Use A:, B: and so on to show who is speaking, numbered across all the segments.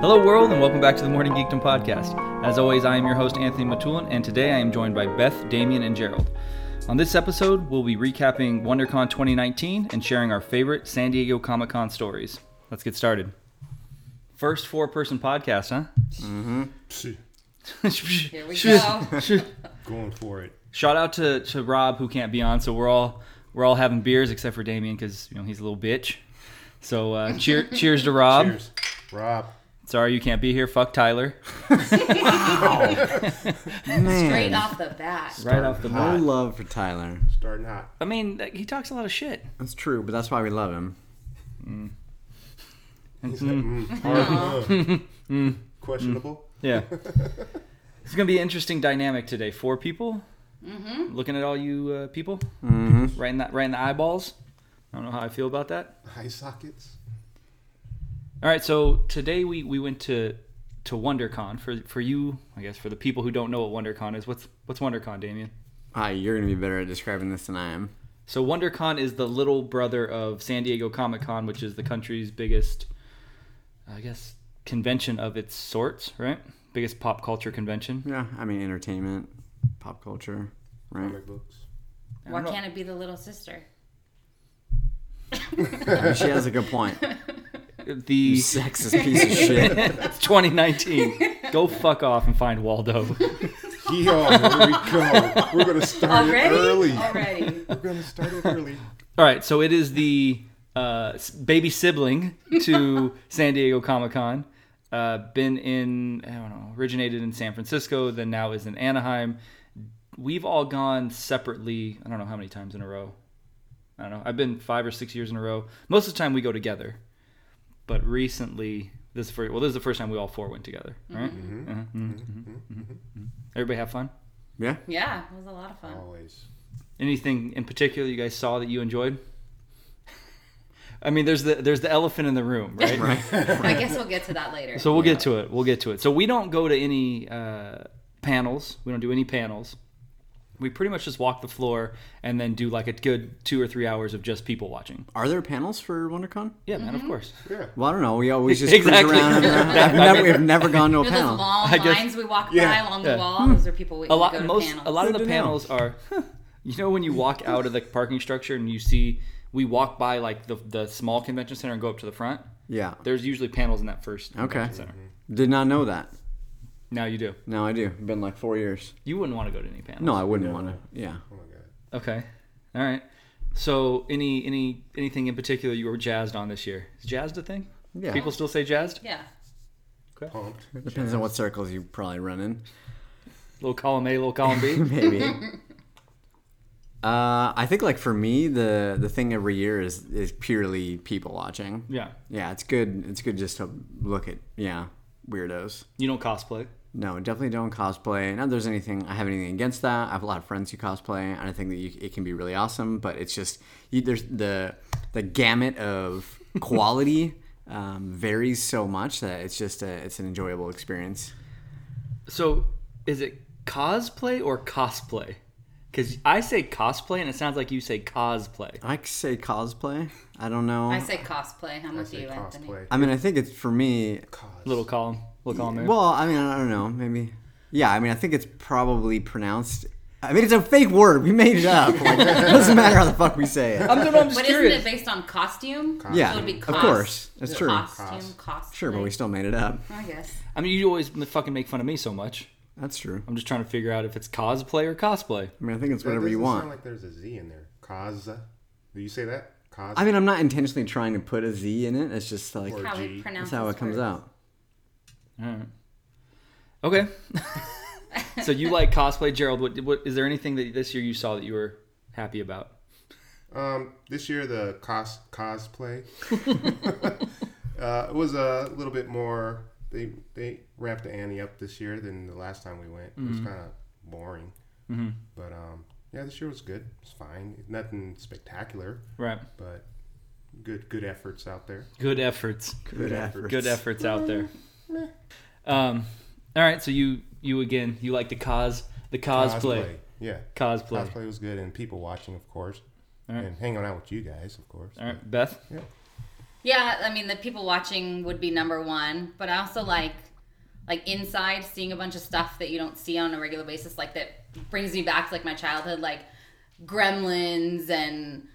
A: Hello, world, and welcome back to the Morning Geekdom podcast. As always, I am your host, Anthony Matulin, and today I am joined by Beth, Damien, and Gerald. On this episode, we'll be recapping WonderCon 2019 and sharing our favorite San Diego Comic Con stories. Let's get started. First four person podcast, huh?
B: Psh,
C: Here we go.
B: Going for it.
A: Shout out to, to Rob who can't be on, so we're all we're all having beers except for Damien because you know he's a little bitch. So uh, cheer, cheers to
D: Um,
A: Rob.
B: Cheers, Rob.
A: Sorry you can't be here. Fuck Tyler.
C: Straight off the bat.
A: Right off the
D: No
A: bat.
D: love for Tyler.
B: Starting hot.
A: I mean, he talks a lot of shit.
D: That's true, but that's why we love him.
B: He's like, mm, hard love.
D: Mm.
B: Questionable.
A: Yeah. it's going to be an interesting dynamic today. Four people looking at all you uh, people, right, in the, right in the eyeballs. I don't know how I feel about that.
B: High sockets.
A: All right, so today we, we went to to WonderCon for for you, I guess for the people who don't know what WonderCon is. What's what's WonderCon, Damien?
D: Hi, you're gonna be better at describing this than I am.
A: So WonderCon is the little brother of San Diego Comic Con, which is the country's biggest, I guess, convention of its sorts, right? Biggest pop culture convention.
D: Yeah, I mean entertainment, pop culture, right?
B: Comic books.
C: Why
A: know.
C: can't it be the little sister?
D: she has a good point.
A: The
D: You sexist piece of shit.
A: It's 2019. Go fuck off and find Waldo.
B: Yo, here we go. We're gonna start
C: Already?
B: it early.
C: Already.
B: We're gonna start it early.
A: All right, so it is the uh, s- baby sibling to San Diego Comic Con. Uh, been in, I don't know, originated in San Francisco, then now is in Anaheim. We've all gone separately, I don't know how many times in a row. I don't know. I've been five or six years in a row. Most of the time we go together. But recently, this is for, well, this is the first time we all four went together, right? Uh-huh, mhm, mhm, mhm, mhm. Everybody have fun?
D: Yeah.
C: Yeah, it was a lot of fun.
B: Always.
A: anything in particular you guys saw that you enjoyed? I mean, there's the there's the elephant in the room, right?
C: I guess we'll get to that later.
A: So we'll get to it. We'll get to it. So we don't go to any uh, panels. We don't do any panels. We pretty much just walk the floor and then do like a good two or three hours of just people watching.
D: Are there panels for WonderCon?
A: Yeah, man, of
C: Mm-hmm.
A: course.
B: Yeah.
D: Well, I don't know. We always just
A: Exactly.
D: cruise around. And,
A: That-
D: I've never, we've never gone to a
C: you know those
D: panel.
C: long
A: I guess-
C: lines we walk
B: Yeah.
C: by along
A: Yeah.
C: the wall? Those are people we
A: A
C: we
A: lot,
C: go to
A: most,
C: panels.
A: a lot of
D: Good
A: the
D: to know.
A: panels are, you know, when you walk out of the parking structure and you see, we walk by like the the small convention center and go up to the front.
D: Yeah.
A: There's usually panels in that first
D: Okay.
A: convention center.
D: Did not know that.
A: Now you do.
D: No, I do. Been like four years.
A: You wouldn't want to go to any panels.
D: No, I wouldn't want to. Yeah.
B: Oh my god.
A: Okay. All right. So any any anything in particular you were jazzed on this year? Is jazzed a thing?
D: Yeah.
A: People still say jazzed?
C: Yeah.
B: Pumped.
D: Depends on what circles you probably run in.
A: Little column A, little column B.
D: maybe. Uh, I think like for me, the the thing every year is is purely people watching.
A: yeah.
D: Yeah, it's good. It's good just to look at yeah weirdos.
A: You don't cosplay.
D: No, definitely don't cosplay. Not that there's anything I have anything against that. I have a lot of friends who cosplay, and I think that you, it can be really awesome. But it's just you, there's the the gamut of quality um, varies so much that it's just a, it's an enjoyable experience.
A: So is it cosplay or cosplay? Because I say cosplay and it sounds like you say cosplay.
D: I say cosplay. I don't know.
C: I say cosplay. I'm with
B: Say
C: you, Anthony.
B: cosplay.
D: I mean, I think it's for me.
B: Cos.
A: Little column, little column A.
D: Well, I mean, I don't know. Maybe. Yeah, I mean, I think it's probably pronounced. I mean, it's a fake word. We made it up. Like, it doesn't matter how the fuck we say it.
A: I'm, just- I'm just
C: But
A: curious.
C: isn't it based on costume?
D: Yeah,
C: So it'd be uh,
D: of
C: cos-
D: course. That's true.
C: Costume, costume.
D: Sure, but we still made it up.
C: I guess.
A: I mean, you always m- fucking make fun of me so much.
D: That's true.
A: I'm just trying to figure out if it's cosplay or cosplay.
D: I mean, I think it's
B: That
D: whatever you
B: doesn't
D: want.
B: Sound like there's a Z in there. Cause. Do you say that? Cos.
D: I mean, I'm not intentionally trying to put a Z in it. It's just like
B: Or
C: How we
B: G.
C: pronounce
D: that's how it
C: those
D: comes
C: words.
D: out.
A: Okay. so you like cosplay, Gerald? What, what is there anything that this year you saw that you were happy about?
B: Um, this year the cos cosplay uh, it was a little bit more. They they ramped the ante up this year than the last time we went. It was
A: Mm-hmm.
B: kind of boring, but um, yeah, this year was good. It's fine. Nothing spectacular,
A: Right.
B: but good good efforts out there.
A: Good efforts.
D: Good efforts.
A: Good efforts out there. Um, all right, so you you again, you like the cos the cosplay.
B: Yeah.
A: Cosplay.
B: Cosplay was good, and people watching, of course,
A: All right.
B: and hanging out with you guys, of course.
A: All right, Beth.
C: Yeah, I mean the people watching would be number one, but I also like like inside seeing a bunch of stuff that you don't see on a regular basis, like that brings me back to like my childhood, like Gremlins and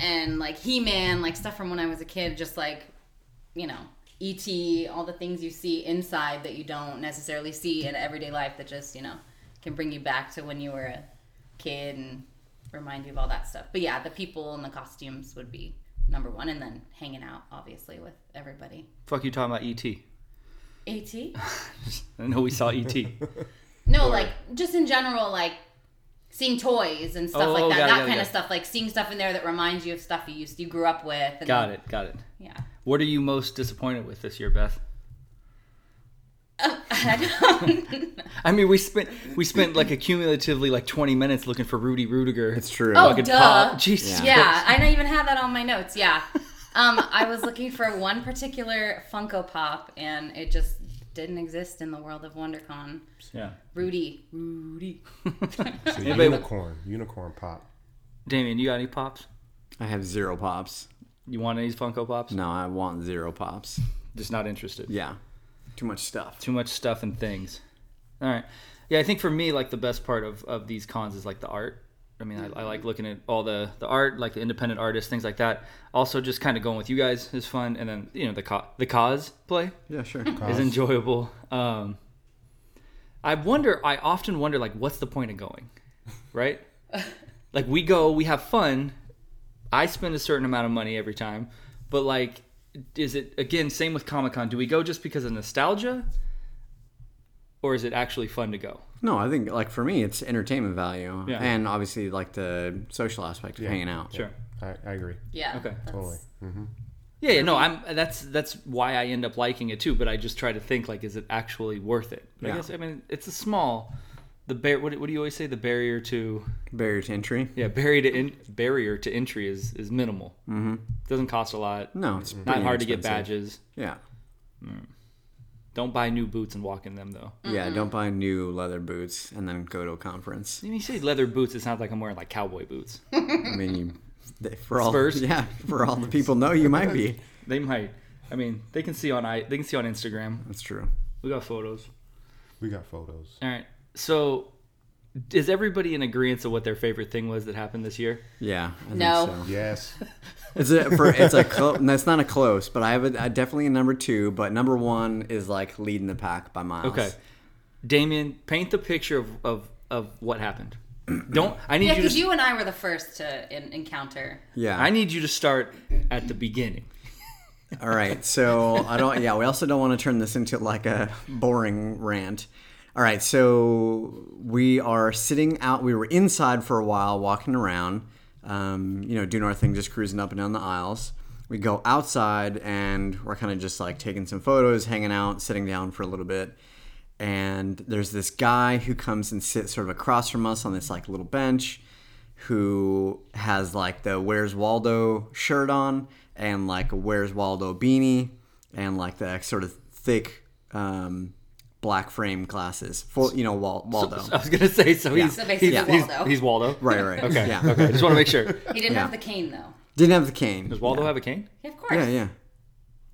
C: and like He Man, like stuff from when I was a kid, just like you know E.T. All the things you see inside that you don't necessarily see in everyday life that just you know can bring you back to when you were a kid and remind you of all that stuff. But yeah, the people and the costumes would be number one, and then hanging out obviously with everybody.
A: Fuck you talking about E ET.
C: AT?
A: I know we saw E ET.
C: No, like just in general, like seeing toys and stuff
A: Oh,
C: like
A: got
C: that.
A: it,
C: that
A: got it,
C: kind
A: got
C: of
A: it.
C: stuff, like seeing stuff in there that reminds you of stuff you used you grew up with. And
A: got it, got it.
C: Yeah.
A: What are you most disappointed with this year, Beth?
C: Oh,
A: I mean, we spent we spent like a cumulatively like 20 minutes looking for Rudy Rudiger.
D: It's true.
C: Oh,
A: fucking
C: duh.
A: pop. Jesus.
D: Yeah.
C: yeah, I don't even have that on my notes. Yeah. Um, I was looking for one particular Funko Pop, and it just didn't exist in the world of WonderCon.
A: Yeah.
C: Rudy, Rudy.
B: It's a
A: Anybody-
B: unicorn, unicorn pop.
A: Damien, you got any pops?
D: I have zero pops.
A: You want any Funko Pops?
D: No, I want zero pops.
A: Just not interested.
D: Yeah. Too much stuff.
A: too much stuff and things. All right. Yeah, I think for me, like the best part of, of these cons is like the art. I mean, I, I like looking at all the, the art, like the independent artists, things like that. Also, just kind of going with you guys is fun, and then you know the co- the cosplay
D: Yeah, sure.
A: is enjoyable. Um, I wonder. I often wonder, like, what's the point of going, right? like, we go, we have fun. I spend a certain amount of money every time, but like, is it again same with Comic Con? Do we go just because of nostalgia, or is it actually fun to go?
D: No, I think like for me, it's entertainment value,
A: Yeah.
D: and obviously like the social aspect of hanging out.
A: Sure.
B: Uh, I, I agree.
C: Yeah.
A: Okay.
C: that's-
B: Totally.
A: Yeah, yeah, no, I'm. That's that's why I end up liking it too. But I just try to think like, is it actually worth it? But I
D: Yeah.
A: guess I mean it's a small, the bar. What, what do you always say? The barrier to
D: Barrier to entry.
A: Yeah, barrier to in, barrier to entry is is minimal. Mm-hmm. Doesn't cost a lot.
D: No, it's pretty
A: Mm-hmm. Not hard to get
D: inexpensive.
A: badges.
D: Yeah,
A: Don't buy new boots and walk in them though.
D: yeah. Don't buy new leather boots and then go to a conference.
A: When you say leather boots, it sounds like I'm wearing like cowboy boots.
D: I mean, you, they- for all
A: Spurs?
D: yeah, for all the people know you might be.
A: they might. I mean, they can see on I they can see on Instagram.
D: That's true.
A: We got photos.
B: We got photos.
A: All right. So, is everybody in agreement of what their favorite thing was that happened this year?
D: Yeah. I think
C: No.
D: so.
B: Yes.
D: It's a for it's a clo- no, it's not a close, but I have a, I definitely a number two, but number one is like leading the pack by miles.
A: Okay. Damien, paint the picture of of, of what happened. Don't I need
C: Yeah,
A: you
C: because
A: to
C: you and I were the first to in- encounter.
D: Yeah.
A: I need you to start at the beginning.
D: All right. So I don't. Yeah. We also don't want to turn this into like a boring rant. All right. So we are sitting out. We were inside for a while, walking around. Um, you know, doing our thing, just cruising up and down the aisles. We go outside and we're kind of just like taking some photos, hanging out, sitting down for a little bit. And there's this guy who comes and sits sort of across from us on this like little bench who has like the Where's Waldo shirt on and like a Where's Waldo beanie and like the sort of thick um, black frame glasses. Full, you know, Wal- Waldo.
A: I was gonna say so. He's
C: So basically
A: he's,
C: Waldo.
A: He's, he's Waldo.
D: right, right.
A: Okay.
D: Yeah.
A: Okay. I just want to make sure.
C: He didn't have the cane though.
D: Didn't have the cane.
A: Does Waldo have a cane?
C: Yeah, of course.
D: Yeah, Mm-hmm. yeah.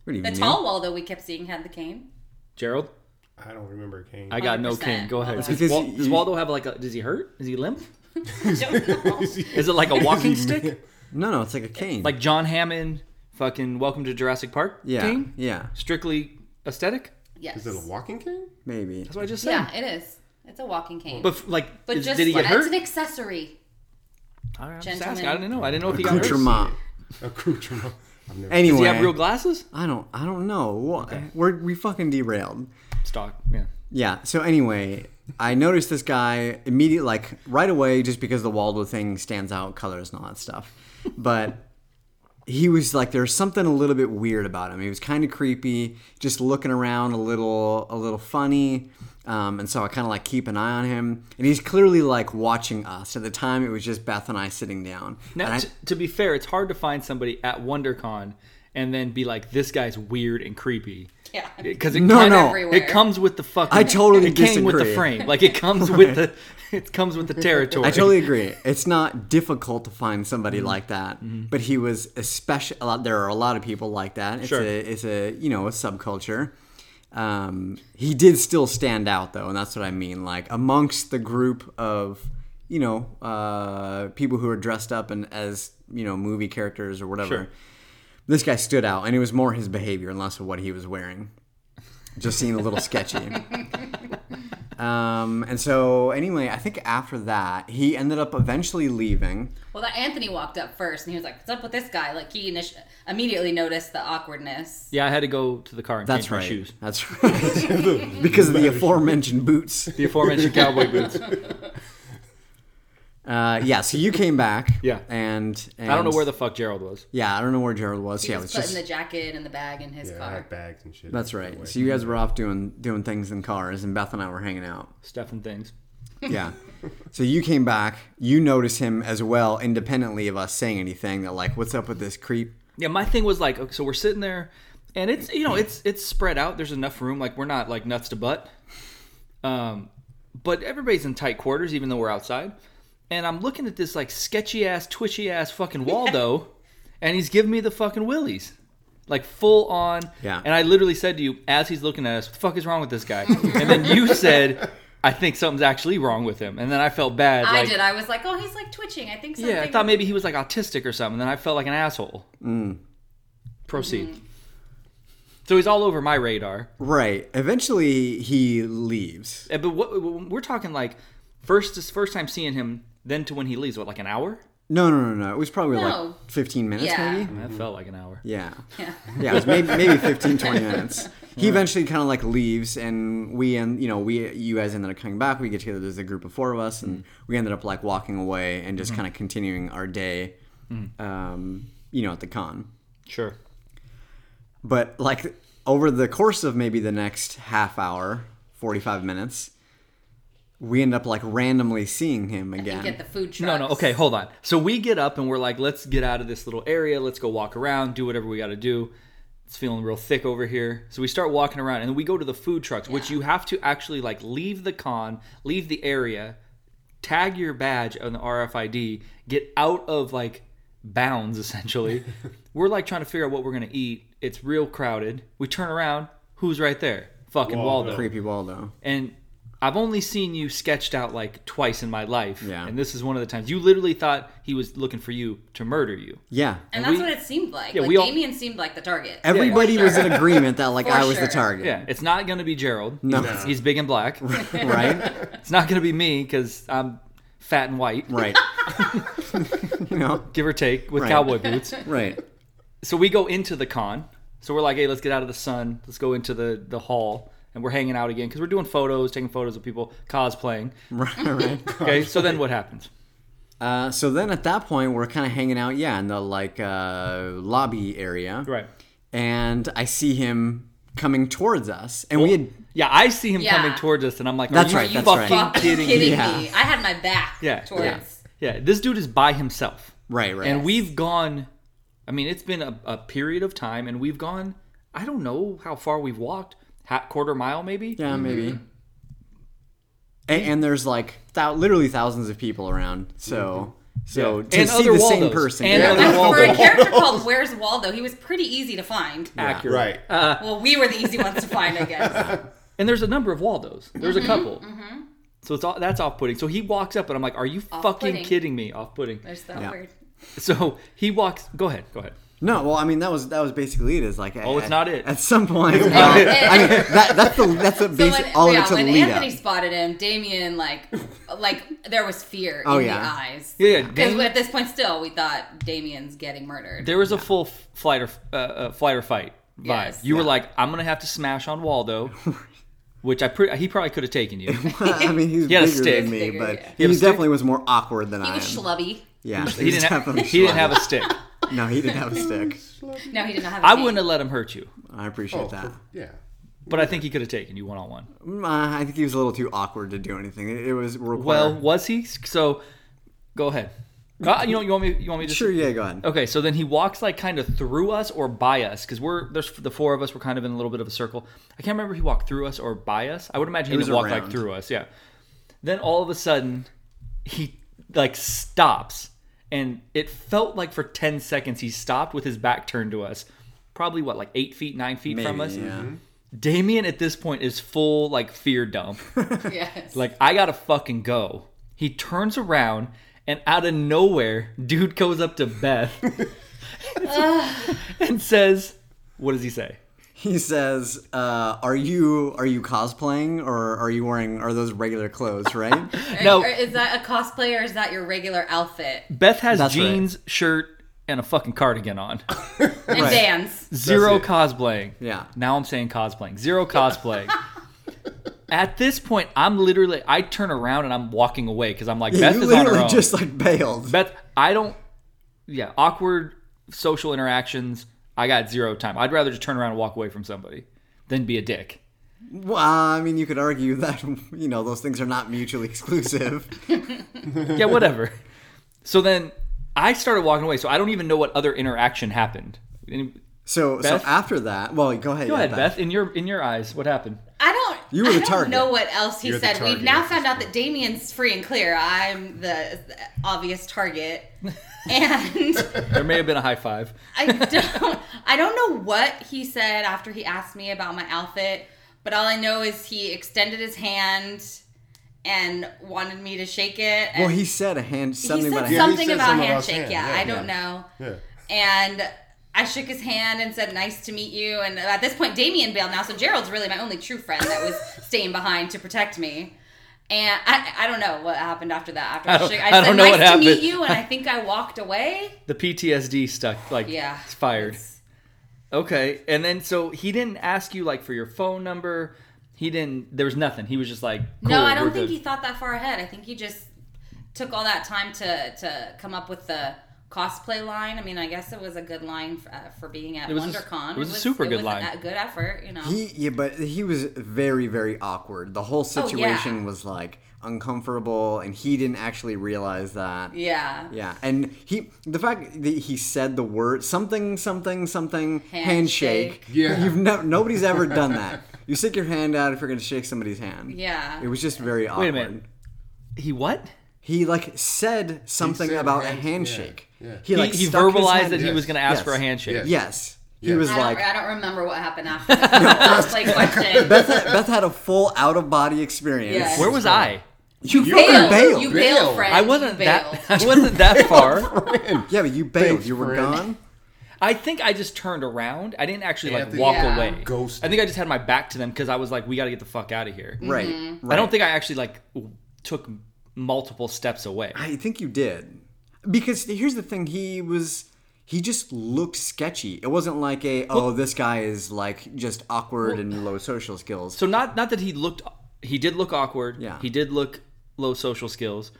D: What do you
C: The
D: mean?
C: tall Waldo we kept seeing had the cane.
A: Gerald,
B: I don't remember Kane.
A: I got no
C: 100%
A: cane. Go ahead.
C: Waldo.
A: Does,
D: Because
A: Wal-
D: you-
A: does Waldo have like a? Does he hurt? Is he limp?
C: Don't know.
A: Is it like a walking stick?
D: No, no, it's like a cane.
A: Like John Hammond, fucking Welcome to Jurassic Park
D: yeah,
A: cane?
D: yeah,
A: Strictly aesthetic.
C: Yes.
B: Is it a walking cane?
D: maybe.
A: That's what I just said.
C: yeah, it is. It's a walking cane.
A: But f- like,
C: But
A: is-
C: just
A: did he get
C: it's
A: hurt?
C: an accessory.
A: All right, I'm just
C: Gentlemen.
A: asking. I didn't know. I didn't know if he got hurt. Does
D: Accoutrement.
B: Accoutrement. I've never.
D: Anyway,
A: he have real glasses?
D: I don't, I don't know. What We're we fucking derailed.
A: Stock. Yeah.
D: Yeah. So anyway, I noticed this guy immediately, like right away, just because the Waldo thing stands out, colors and all that stuff. But he was like, there's something a little bit weird about him. He was kind of creepy, just looking around a little, a little funny. Um, and so I kind of like keep an eye on him, and he's clearly like watching us. At the time, it was just Beth and I sitting down.
A: Now,
D: And I-
A: t- to be fair, it's hard to find somebody at WonderCon and then be like, "This guy's weird and creepy."
C: Yeah.
A: because it,
D: No,
A: come-
D: no.
A: it comes with the fucking.
D: I totally
A: it came with the
D: disagree.
A: frame. Like it comes with the it comes with the territory.
D: I totally agree. It's not difficult to find
A: Mm-hmm.
D: somebody like that, but he was especially. A lot, there are a lot of people like that. It's
A: Sure.
D: a it's a you know a subculture. Um, he did still stand out though, and that's what I mean. Like amongst the group of you know uh, people who are dressed up and as you know movie characters or whatever,
A: Sure.
D: this guy stood out, and it was more his behavior and less of what he was wearing. Just seemed a little sketchy. Um, and so anyway, I think after that, he ended up eventually leaving.
C: Well, that Anthony walked up first, and he was like, "What's up with this guy?" Like he init- immediately noticed the awkwardness.
A: Yeah, I had to go to the car and
D: That's
A: change my
D: right.
A: shoes.
D: That's right. because of the aforementioned boots.
A: The aforementioned cowboy boots.
D: Uh, yeah. So you came back.
A: Yeah.
D: And, and
A: I don't know where the fuck Gerald was.
D: yeah I don't know where Gerald was. yeah, it was
C: Just putting the
D: just
C: jacket and the bag in his
B: Yeah, I
C: car.
B: had bags and shit.
D: that's
B: Away.
D: right. So you guys were off doing doing things in cars, and Beth and I were hanging out.
A: Stuff and things.
D: Yeah. So you came back. You noticed him as well, independently of us saying anything. That like, what's up with this creep?
A: Yeah, my thing was like, okay, so we're sitting there, and it's you know it's it's spread out. There's enough room. Like we're not like nuts to butt. Um, but everybody's in tight quarters, even though we're outside. And I'm looking at this like sketchy ass, twitchy ass fucking Waldo, and he's giving me the fucking willies, like full on.
D: Yeah.
A: And I literally said to you as he's looking at us, "What the fuck is wrong with this guy?" and then you said, "I think something's actually wrong with him." And then I felt bad.
C: I
A: like,
C: did. I was like, "Oh, he's like twitching." I think. Something
A: yeah, I thought maybe he was like autistic or something. Then I felt like an asshole. Proceed. So he's all over my radar.
D: Right. Eventually, he leaves.
A: Eh, But what we're talking like first this first time seeing him, then to when he leaves, what like an hour?
D: No, no, no, no. It was probably
C: No.
D: like 15 minutes,
C: Yeah.
D: maybe?
A: That felt like an hour.
D: Yeah.
C: Yeah.
D: Yeah, it was maybe, maybe 15, 20 minutes. He eventually kind of like leaves, and we and you know we you guys ended up coming back. We get together. There's a group of four of us,
C: Mm.
D: and we ended up like walking away and
C: Mm-hmm.
D: just kind of continuing our day,
C: Mm.
D: um, you know, at the con.
A: Sure.
D: But like over the course of maybe the next half hour, 45 minutes, we end up like randomly seeing him again.
C: Get the food truck.
A: No, no. Okay, hold on. So we get up and we're like, let's get out of this little area. Let's go walk around, do whatever we got to do. It's feeling real thick over here. So we start walking around and we go to the food trucks, which you have to actually like leave the con, leave the area, tag your badge on the RFID, get out of like bounds essentially. we're like trying to figure out what we're going to eat. It's real crowded. We turn around, who's right there? Fucking
B: Waldo.
A: Waldo
D: Creepy Waldo.
A: and I've only seen you sketched out like twice in my life.
D: Yeah.
A: And this is one of the times you literally thought he was looking for you to murder you.
D: Yeah.
C: And that's
A: we-
C: what it seemed like.
A: Yeah,
C: like
A: we all-
C: Damien seemed like the target.
D: Everybody was in agreement that like
C: For
D: I was
C: sure.
D: the target.
A: Yeah. It's not going to be Gerald.
D: No.
A: He's- He's big and black.
D: right?
A: it's not going to be me because I'm fat and white,
D: Right. you know?
A: give or take, with
D: Right.
A: cowboy boots.
D: Right.
A: so we go into the con. So we're like, hey, let's get out of the sun. Let's go into the, the hall. And we're hanging out again because we're doing photos, taking photos of people, cosplaying.
D: Right. right.
A: Okay. so then what happens?
D: Uh, so then at that point, we're kind of hanging out, yeah, in the like uh, lobby area.
A: Right.
D: And I see him coming towards us. And we had,
A: Yeah, I see him
C: Yeah.
A: coming towards us, and I'm like,
D: That's
A: are you
D: right, that's
A: fucking
D: right.
A: kidding me?
C: kidding
D: Yeah.
C: me. I had my back
A: Yeah,
C: towards.
A: yeah. Yeah, this dude is by himself.
D: right, right.
A: And we've gone, I mean, it's been a, a period of time, and we've gone, I don't know how far we've walked, ha quarter mile maybe?
D: yeah, maybe. A- And, there's like thou- literally thousands of people around. So, so to
A: Mm-hmm. And
D: see
A: other
D: the same
A: Waldos.
D: person.
A: And
D: yeah.
A: other
C: Like, For
A: Waldo.
C: a character called Where's Waldo, he was pretty easy to find.
A: Accurate.
B: Right.
C: Well, we were the easy ones to find, I guess.
A: And there's a number of Waldos. There's
C: Mm-hmm,
A: a couple. So it's all, that's off putting. So he walks up, and I'm like, Are you fucking
C: Off-putting.
A: kidding me? Off putting.
C: There's that
D: Yeah.
C: word.
A: So he walks, go ahead, go ahead.
D: No, well, I mean that was that was basically it. Is like oh,
A: it's not it.
D: At some point,
C: not
D: well,
C: it.
D: I mean that, that's the that's the
C: So
D: basic
C: when,
D: all
C: yeah,
D: it's a
C: when
D: lead
C: Anthony
D: up.
C: spotted him, Damien like, like there was fear
D: Oh,
C: in the
D: yeah.
C: eyes.
A: Yeah, yeah,
C: Because
A: Damien-
C: at this point, still, we thought Damien's getting murdered.
A: There was a full f- flight or uh, uh, flight or fight vibe.
C: Yes.
A: you were like, I'm going to have to smash on Waldo, which I pre- he probably could have taken you.
D: I mean, he's
A: had a
D: bigger
A: stick.
D: than me,
C: Bigger,
D: but
C: yeah.
A: He had a
D: he
A: stick?
D: definitely was more awkward than
C: he
D: I am.
C: was schlubby.
D: yeah,
A: He didn't, ha-
D: definitely
A: he didn't have
D: schlubby.
A: a stick.
D: No, he didn't have a stick.
A: um,
C: No, he did not have. a
A: I
C: cane.
A: wouldn't have let him hurt you,
D: I appreciate
B: Oh,
D: that.
B: for- yeah.
A: but I think he could have taken you one on one.
D: Mm, Uh, I think he was a little too awkward to do anything. It, it was required.
A: Well, was he? So, go ahead. Uh, you know, you want me? You want me to?
D: Sure, yeah, go ahead.
A: Okay, so then he walks like kind of through us or by us because we're there's the four of us. We're kind of in a little bit of a circle. I can't remember if he walked through us or by us. I would imagine he
D: was
A: would walk like
D: around.
A: through us. Yeah. Then all of a sudden, he like stops, and it felt like for ten seconds he stopped with his back turned to us. Probably what like eight feet, nine feet from us. Mm-hmm.
D: Maybe, yeah.
A: Damien at this point is full like fear dump.
C: Yes.
A: Like, I gotta fucking go. He turns around, and out of nowhere, dude goes up to Beth and says, What does he say?
D: He says, uh, "Are you are you cosplaying or are you wearing are those regular clothes? Right?
A: No.
C: Or is that a cosplay or is that your regular outfit?
A: Beth has
D: That's right.
A: jeans, shirt, and a fucking cardigan on.
C: And Dan's.
A: Zero
B: it.
A: cosplaying.
D: Yeah.
A: Now I'm saying cosplaying. Zero cosplaying. At this point, I'm literally, I turn around and I'm walking away because I'm like, Beth
D: you
A: is on her
D: literally
A: own.
D: just like bailed.
A: Beth, I don't. Yeah, awkward social interactions. I got zero time. I'd rather just turn around and walk away from somebody than be a dick.
D: Well, I mean, you could argue that you know those things are not mutually exclusive.
A: Yeah, whatever. so then I started walking away. So I don't even know what other interaction happened. In-
D: So
A: Beth?
D: so after that, well, go ahead.
A: Go ahead, Beth. In your in your eyes, what happened?
C: I don't.
D: You were
C: I
D: the
C: don't
D: target.
C: know what else he
B: You're the
C: said. We've
B: target
C: now
B: at
C: found
B: this
C: out that Damien's free and clear. I'm the, the obvious target, and
A: There may have been a high five.
C: I don't. I don't know what he said after he asked me about my outfit, but all I know is he extended his hand and wanted me to shake it. And
D: Well, he said a hand
C: he
D: something
C: said
D: about
C: something
D: a hand.
B: said
C: about
B: something about
C: handshake.
B: hand,
C: yeah,
B: yeah,
C: I don't know.
B: Yeah.
C: and I shook his hand and said, "Nice to meet you." And at this point, Damien bailed now, so Gerald's really my only true friend that was staying behind to protect me. And I, I don't know what happened after that. After I,
A: don't-
C: shook,
A: I
C: I,
A: don't
C: said,
A: know
C: "Nice
A: what
C: to
A: happened."
C: meet you," and I think I walked away.
A: The PTSD stuck like
C: Yeah,
A: it's fired.
C: It's-
A: Okay, and then so he didn't ask you like for your phone number. He didn't. There was nothing. He was just like,
C: no,
A: cool,
C: I don't
A: we're
C: think
A: good.
C: he thought that far ahead. I think he just took all that time to to come up with the cosplay line. I mean, I guess it was a good line for, uh, for being at
A: It was a-
C: WonderCon.
A: it was a super good
C: was
A: line.
C: A, good effort, you know.
D: He yeah, but he was very very awkward. The whole
C: Oh, yeah.
D: situation was like uncomfortable, and he didn't actually realize that.
C: yeah.
D: Yeah, and he the fact that he said the word something something something handshake.
C: Handshake.
B: Yeah.
D: you've no, nobody's ever done that. You stick your hand out if you're gonna shake somebody's hand.
C: Yeah.
D: it was just very awkward.
A: Wait a minute. He what?
D: He like said something
B: He said
D: about
B: hand-
D: a handshake.
B: yeah, yeah.
D: He like
A: he, he
D: stuck his
A: verbalized
D: hand-
A: that he
B: Yes.
A: was going to ask
D: Yes.
A: for a handshake.
B: Yes.
D: Yes, he
B: Yes.
D: was
C: I don't,
D: like.
C: I don't remember what happened after that. It's like question.
D: Beth had, Beth had a full out of body experience.
C: Yes.
A: Where was I?
D: You
B: You
D: fucking
B: bailed.
D: bailed.
C: You
B: Bailed.
C: bailed, friend.
A: I wasn't
C: you
A: that.
C: bailed.
A: I wasn't that far.
D: Yeah, but you bailed.
B: Thanks,
D: you were
B: friend.
D: gone.
A: I think I just turned around. I didn't actually like
B: Anthony
A: walk
C: Yeah.
A: away.
B: ghosted.
A: I think I just had my back to them because I was like, "We got to get the fuck out of here."
D: Right,
A: I
C: Mm-hmm.
D: right.
A: don't think I actually like w- took multiple steps away.
D: I think you did. Because here's the thing, he was he just looked sketchy. It wasn't like a oh this guy is like just awkward and low social skills.
A: So not not that he looked. He did look awkward.
D: Yeah.
A: He did look low social skills,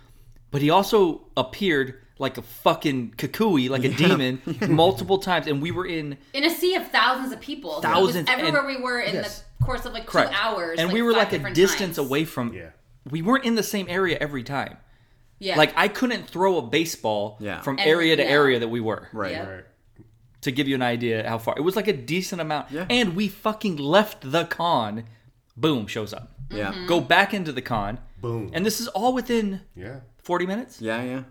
A: but he also appeared like a fucking kakui, like a demon, multiple times. And we were in
C: in a sea of thousands of people. So it was
A: Thousands and-
C: everywhere we were in
A: Yes.
C: the course of like two
A: correct
C: hours,
A: and we were
C: five
A: like a
C: different
A: distance
C: times.
A: away from.
B: Yeah.
A: We weren't in the same area every time.
C: Yeah,
A: Like I couldn't throw a baseball
D: Yeah.
A: from
C: Every-
A: area to
C: yeah.
A: area that we were.
D: right.
C: Yeah.
B: Right.
A: To give you an idea how far it was, like a decent amount.
D: Yeah.
A: And we fucking left the con. Boom shows up.
D: Yeah.
C: Mm-hmm. Mm.
A: Go back into the con.
B: Boom.
A: And this is all within
B: yeah.
A: 40 minutes.
D: Yeah, yeah.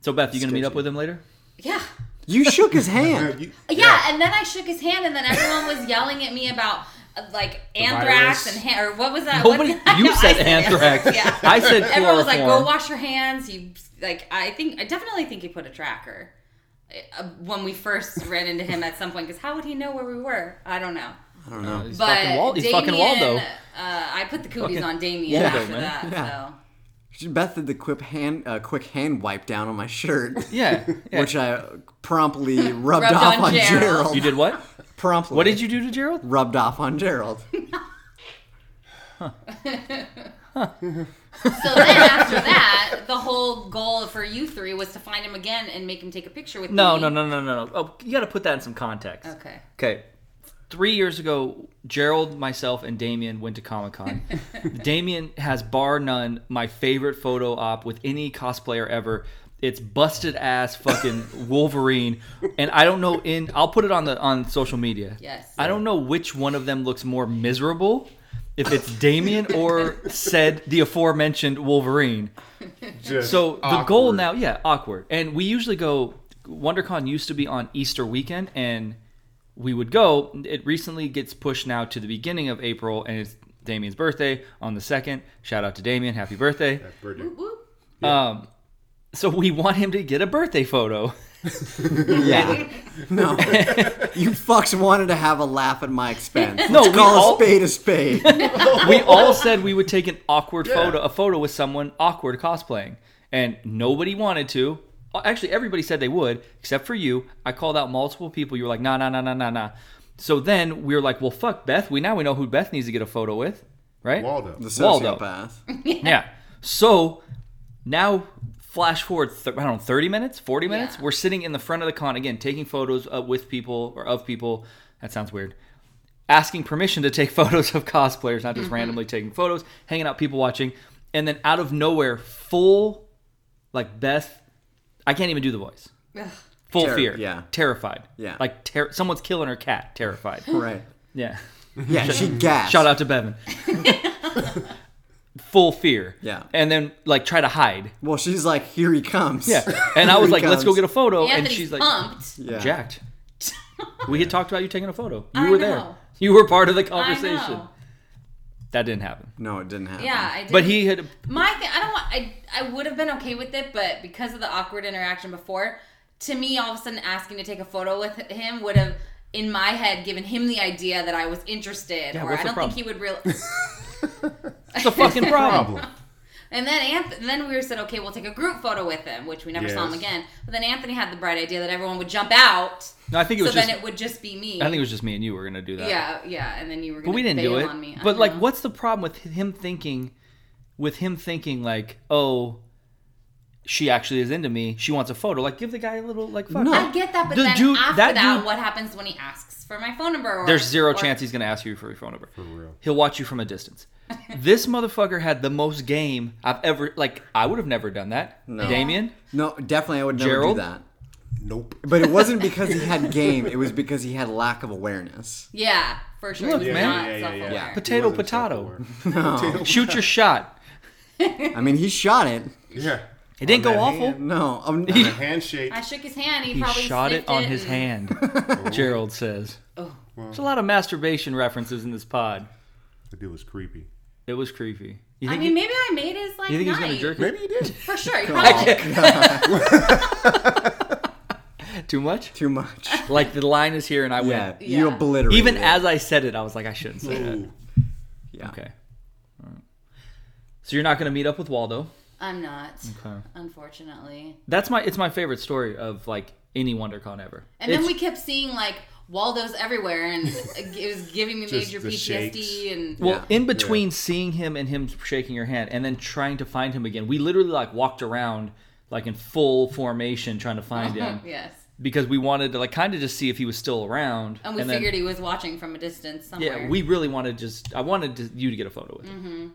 A: So Beth, you gonna meet up
D: Sketchy.
A: with him later?
C: yeah.
D: You shook his
B: Uh,
D: hand.
B: you-
C: yeah, And then I shook his hand, and then everyone was yelling at me about uh, like anthrax
B: virus.
C: and ha- or what was that?
A: Nobody.
C: what, I
A: You
C: know, I
A: said anthrax.
C: yeah.
A: I said chloroform.
C: Everyone was like, "Go wash your hands." He like, I think, I definitely think he put a tracker uh, when we first ran into him at some point. Because how would he know where we were? I don't know.
D: I don't know.
A: He's
C: But
A: fucking, Wal- he's fucking
C: Damien,
A: Waldo.
C: Uh, I put the cooties
A: Fucking
C: on Damien
A: Waldo,
C: after
A: man.
C: that.
D: Yeah.
C: So
D: Beth did the quick hand uh, quick hand wipe down on my shirt,
A: Yeah. yeah.
D: which I promptly rubbed,
C: Rubbed
D: off
C: on
D: on, Gerald.
C: Gerald.
A: you did what?
D: promptly.
A: What did you do to Gerald?
D: rubbed off on Gerald?
C: So then after that, the whole goal for you three was to find him again and make him take a picture with
A: No,
C: me.
A: no, no, no, no, no. Oh, you got to put that in some context.
C: Okay.
A: Okay. three years ago, Gerald, myself, and Damien went to Comic Con. Damien has bar none my favorite photo op with any cosplayer ever. It's busted ass fucking Wolverine, and I don't know. In I'll put it on the on social media.
C: Yes.
A: I don't know which one of them looks more miserable, if it's Damien or said the aforementioned Wolverine.
B: Just
A: So the goal
B: awkward.
A: now, yeah, awkward. And we usually go. WonderCon used to be on Easter weekend, and we would go. It recently gets pushed now to the beginning of April, and it's Damien's birthday on the second. Shout out to Damien, happy birthday!
B: That birthday.
C: Whoop.
A: Um, so we want him to get a birthday photo.
D: Yeah. no. you fucks wanted to have a laugh at my expense. Let's
A: No, we
D: call
A: all-
D: a spade a spade.
A: We all said we would take an awkward
B: Yeah.
A: photo, a photo with someone awkward cosplaying, and nobody wanted to. Well, Actually, everybody said they would, except for you. I called out multiple people. You were like, nah, nah, nah, nah, nah, nah. So then we were like, well, fuck Beth. We now we know who Beth needs to get a photo with, right?
B: Waldo.
D: The
A: Waldo.
D: sociopath.
A: Yeah. So now, flash forward, th- I don't know, 30 minutes, 40 minutes.
C: Yeah.
A: We're sitting in the front of the con again, taking photos uh, with people or of people. That sounds weird. Asking permission to take photos of cosplayers, not just randomly taking photos, hanging out, people watching. And then out of nowhere, full, like Beth, I can't even do the voice.
C: Ugh.
A: Full
D: Terror-
A: fear.
D: yeah.
A: Terrified.
D: Yeah.
A: Like ter- someone's killing her cat. Terrified.
D: Right.
A: yeah.
D: Yeah, she gasped.
A: Shout out to Bevan. Full fear.
D: Yeah.
A: And then like try to hide.
D: Well, she's like, here he comes.
A: Yeah. And I
D: Here
A: was
D: he
A: like, let's go
D: comes.
A: get a photo. Oh, and
C: Anthony's
A: she's like,
C: pumped.
D: Yeah.
A: jacked. We had talked about you taking a photo. You
C: I
A: were there.
C: know.
A: You were part of the
C: I
A: conversation.
C: know.
A: That didn't happen.
D: No, it didn't happen.
C: Yeah, I did.
A: But he had.
C: My thing, I don't want. I I would have been okay with it, but because of the awkward interaction before, to me, all of a sudden asking to take a photo with him would have, in my head, given him the idea that I was interested,
A: Yeah,
C: or
A: what's
C: I
A: the
C: don't
A: problem?
C: think he would real.
A: It's a fucking problem.
B: Problem.
C: and then Anth- and then we were said, okay, we'll take a group photo with him, which we never saw him
B: Yes.
C: again. But then Anthony had the bright idea that everyone would jump out,
A: no, I think it
C: so
A: was
C: then
A: just.
C: it would just be me.
A: I think it was just me and you were gonna do that.
C: yeah, yeah, and then you were. Gonna
A: But we didn't
C: bail
A: do it.
C: On me. I
A: But
C: don't
A: like,
C: know.
A: what's the problem with him thinking? With him thinking like, oh, she actually is into me. She wants a photo. Like, give the guy a little like. Fuck.
D: No.
C: I get that, but
A: The
C: then
A: dude-
C: after
A: that
C: that,
A: dude-
C: what happens when he asks for my phone number? Or,
A: There's zero
C: or-
A: chance he's going to ask you for your phone number.
B: For real.
A: He'll watch you from a distance. this motherfucker had the most game I've ever like. I would have never done that.
D: No.
A: Damien,
D: No, definitely, I would never
A: Gerald?
D: do that.
B: Nope.
D: But it wasn't because he had game. It was because he had lack of awareness.
C: Yeah, for sure.
A: Look,
C: He's
A: man.
C: not
B: Yeah, yeah, yeah,
C: self-aware.
D: yeah.
A: Potato,
B: He wasn't
A: potato.
B: self-aware.
A: shoot your shot.
D: I mean, he shot it.
B: yeah.
A: It didn't
B: On
A: go
B: that
A: awful.
B: hand.
D: No, I'm,
B: A handshake.
C: I shook his hand. Oh, He,
A: He
C: probably
A: shot it
C: sniffed
A: on his
C: and-
A: hand. Gerald says.
C: Oh.
A: There's a lot of masturbation references in this pod.
B: The dude was creepy.
A: It was creepy. You
C: I
A: think?
C: mean, maybe I made his like
A: you think he's
C: night.
A: gonna jerk it
B: Maybe he did.
C: for sure. He
D: on.
C: probably,
A: too much?
D: too much.
A: Like the line is here and I
D: Yeah,
A: win.
D: you
C: Yeah.
D: obliterated.
A: Even
D: it.
A: as I said it, I was like, I shouldn't say that.
B: Ooh.
D: yeah.
A: Okay. All right. So you're not going to meet up with Waldo.
C: I'm not,
A: Okay.
C: unfortunately.
A: That's my it's my favorite story of like any WonderCon ever.
C: And
A: It's-
C: then we kept seeing like Waldo's everywhere, and it was giving me
B: Just
C: major
B: the
C: PTSD.
B: shakes.
C: And
A: well, in between
B: Yeah.
A: seeing him and him shaking your hand, and then trying to find him again, we literally like walked around like in full formation trying to find him
C: yes,
A: because we wanted to like kind of just see if he was still around.
C: and we
A: then-
C: figured he was watching from a distance somewhere.
A: yeah, we really wanted just I wanted to, you to get a photo with him.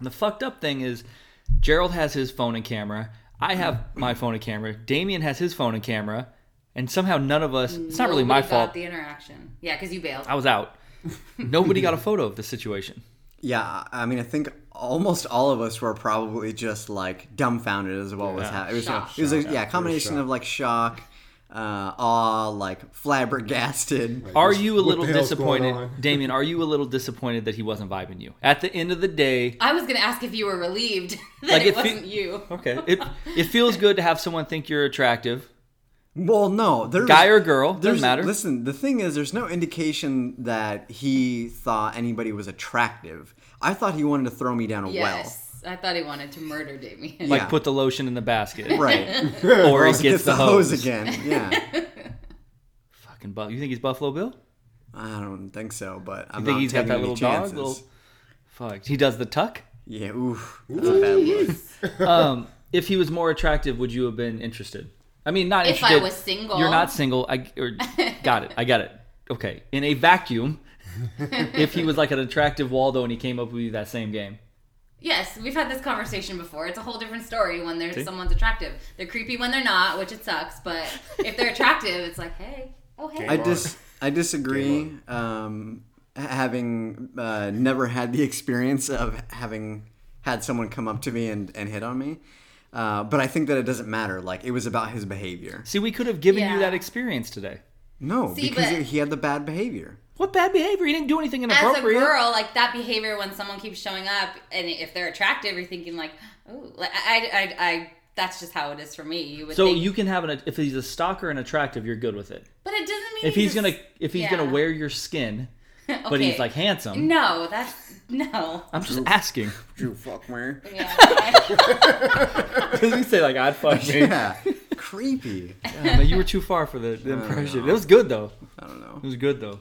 A: And the fucked up thing is, Gerald has his phone and camera. I have my phone and camera. Damien has his phone and camera, and somehow none of us. It's not really
C: Nobody
A: my
C: got
A: fault.
C: The interaction. Yeah, because you bailed.
A: I was out. Nobody got a photo of the situation.
D: Yeah, I mean, I think almost all of us were probably just like dumbfounded as what was
A: Yeah.
D: happening. It was,
C: Shocked.
D: it was like, yeah, a
B: shocked.
D: combination of like shock, uh, awe, like flabbergasted.
A: Are you a little
B: the hell's going
A: disappointed,
B: on?
A: Damien? Are you a little disappointed that he wasn't vibing you? At the end of the day,
C: I was gonna ask if you were relieved that
A: Like,
C: it
A: if you-
C: wasn't you.
A: okay, it Oh, it feels good to have someone think you're attractive,
D: Well, no, there's
A: guy or girl,
D: there's
A: doesn't matter.
D: Listen, the thing is, there's no indication that he thought anybody was attractive. I thought he wanted to throw me down a
C: Yes, I thought he wanted to murder Damien.
A: Like
D: yeah.
A: put the lotion in the basket,
D: well, right?
A: or he
D: Else
A: gets, the, hose.
D: again. Yeah,
A: Fucking buff. You think he's Buffalo Bill?
D: I don't think so, but I'm
A: You
D: not
A: think he's got
D: taking
A: that
D: any
A: little
D: chances.
A: dog? Little... Fuck. He does the tuck.
D: Yeah, oof, that's a bad look.
A: Um, if he was more attractive, would you have been interested? I mean, not
C: If I
A: interested.
C: was single.
A: You're not single. I or, got it. I got it. okay, in a vacuum, if he was like an attractive Waldo and he came up with you that same game.
C: Yes, we've had this conversation before. It's a whole different story when there's someone's attractive. They're creepy when they're not, which it sucks. But if they're attractive, it's like, hey, oh hey.
D: I
B: Come
D: dis I disagree. Um, ha- having uh, never had the experience of having had someone come up to me and, and hit on me, uh, but I think that it doesn't matter. Like it was about his behavior.
A: See, we could have given
C: Yeah.
A: you that experience today.
D: No,
C: See,
D: because
C: but-
D: he had the bad behavior.
A: What bad behavior? He didn't do anything
C: As a
A: inappropriate.
C: girl, like that behavior when someone keeps showing up, and if they're attractive, you're thinking like, oh, like I, I, I, I- that's just how it is for me. You would
A: So
C: think,
A: you can have an if he's a stalker and attractive, you're good with it.
C: but it doesn't mean
A: If he's gonna if he's
C: yeah.
A: gonna wear your skin,
C: okay.
A: but he's like handsome.
C: no, that's no.
A: I'm just asking.
D: Drew Faulkner.
C: Yeah, okay.
A: Because you say like I'd fuck me.
D: Yeah, creepy.
A: Yeah, man, you were too far for the, the impression. It was good though.
D: I don't know.
A: It was good though.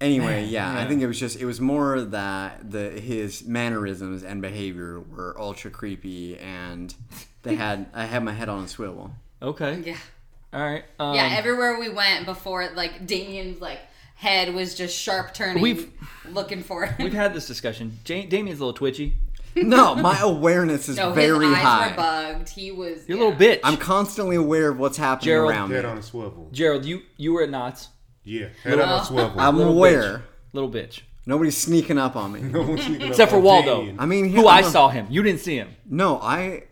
D: Anyway, yeah, I think it was just it was more that the his mannerisms and behavior were ultra creepy, and they had I had my head on a swivel.
A: Okay.
C: yeah.
A: All right. Um,
C: Yeah, everywhere we went before, like Damien's like head was just sharp turning,
A: We've-
C: looking for him.
A: we've had this discussion. Ja- Damien's a little twitchy.
D: No, my awareness is
C: no,
D: very
C: his eyes
D: high.
C: were bugged. He was
A: You're
C: yeah.
A: a little bitch.
D: I'm constantly aware of what's happening
A: Gerald-
D: around
B: Head
D: me.
B: on a swivel.
A: Gerald, you you were at Knots.
B: Yeah, head on
C: Oh.
B: a swivel.
D: I'm
A: Little
D: aware.
A: bitch. Little bitch.
D: Nobody's sneaking up on me.
B: No one's sneaking up
A: Except for
B: on
A: Waldo.
B: Damien.
D: I mean,
A: Who
D: I'm
A: I
D: a-
A: saw him. You didn't see him.
D: No, I.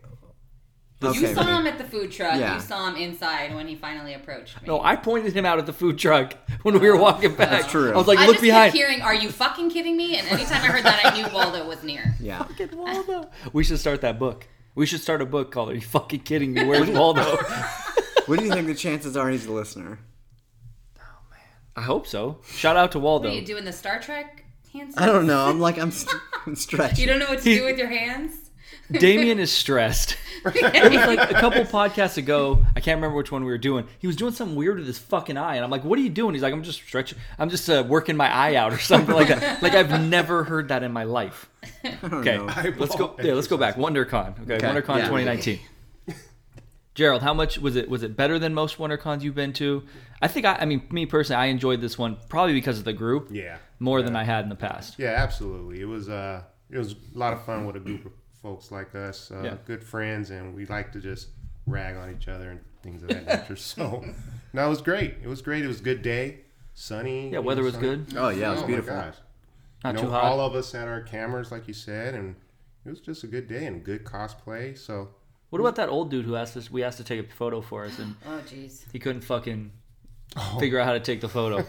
C: You
D: Okay.
C: saw him at the food truck.
D: Yeah.
C: You saw him inside when he finally approached me.
A: No, I pointed him out at the food truck when we were walking back.
D: That's true.
A: I was like,
C: I
A: look
C: just
A: behind.
C: kept hearing, "Are you fucking kidding me?" And anytime I heard that, I knew Waldo was near.
D: Yeah.
A: Fucking Waldo. We should start that book. We should start a book called "Are You Fucking Kidding Me?" Where's Waldo?
D: What do you think the chances are he's a listener?
A: I hope so. Shout out to Waldo.
C: What are you doing the Star Trek hands?
D: I don't know. I'm like I'm, st- I'm
C: You
D: stretching.
C: don't know what to
A: He-
C: do with your hands.
A: Damien is stressed. it was like a couple podcasts ago. I can't remember which one we were doing. He was doing something weird with his fucking eye, and I'm like, "What are you doing?" He's like, "I'm just stretching. I'm just uh, working my eye out or something like that." Like I've never heard that in my life.
D: I don't
A: Okay,
D: know.
A: let's go. Yeah, let's go back. WonderCon. Okay,
D: Okay,
A: WonderCon
D: yeah.
A: 2019. Gerald, how much was it? Was it better than most WonderCons you've been to? I think I, I mean me personally, I enjoyed this one probably because of the group
B: Yeah.
A: more than I had in the past.
B: Yeah, absolutely. It was uh, it was a lot of fun with a group of folks like us, uh,
A: Yeah.
B: good friends, and we like to just rag on each other and things of that nature. So, no, it was great. It was great. It was a good day, sunny.
A: Yeah, weather was good.
D: Oh yeah, it was beautiful.
A: Not
B: you
A: too
B: know,
A: hot.
B: all of us had our cameras, like you said, and it was just a good day and good cosplay. So,
A: What about that old dude who asked us? We asked to take a photo for us, and
C: Oh jeez.
A: he couldn't fucking figure out how to take the photo.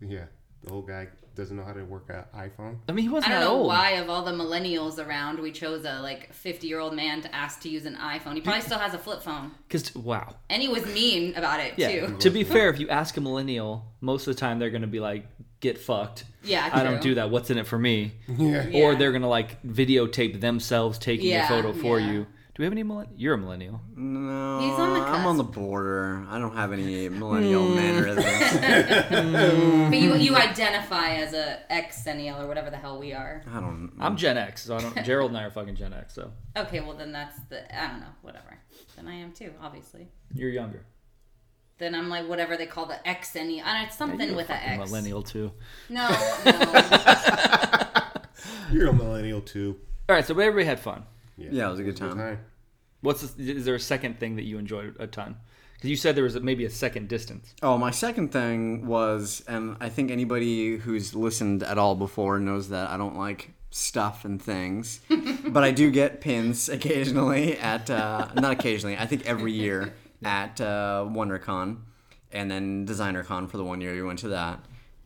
B: yeah, the old guy doesn't know how to work an iPhone.
A: I mean, he
C: I
A: wasn't
C: don't
A: that
C: know
A: old.
C: why of all the millennials around, we chose a like 50 year old man to ask to use an iPhone. He probably still has a flip phone,
A: Because wow,
C: and he was mean about it
A: yeah.
C: too.
A: To be fair, if you ask a millennial, most of the time they're gonna be like, "Get fucked."
C: Yeah,
A: I don't
C: true.
A: do that. What's in it for me?
B: Yeah.
C: Yeah.
A: or they're gonna like videotape themselves taking a
C: Yeah,
A: photo for
C: yeah.
A: you. Do we have any millennial? You're a millennial.
D: No,
C: He's on the
D: Uh, I'm on
C: cusp.
D: the border. I don't have any millennial mannerisms.
C: But you you identify as a exennial or whatever the hell we are.
D: I don't.
A: I'm Gen X, so I don't. Gerald and I are fucking Gen X, so
C: Okay, well then that's the I don't know whatever. Then I am too, obviously.
A: you're younger.
C: Then I'm like whatever they call the exennial. I don't know, it's something
A: You're
C: with an
A: fucking
C: X.
A: Millennial too.
C: No, no.
B: You're a millennial too.
A: All right, so everybody had fun.
D: Yeah, it was a good
B: Good
D: time.
B: time.
A: What's the, is there a second thing that you enjoyed a ton? Because you said there was maybe a second distance.
D: Oh, my second thing was, and I think anybody who's listened at all before knows that I don't like stuff and things, but I do get pins occasionally at, uh, not occasionally, I think every year at uh, WonderCon and then DesignerCon for the one year we went to that.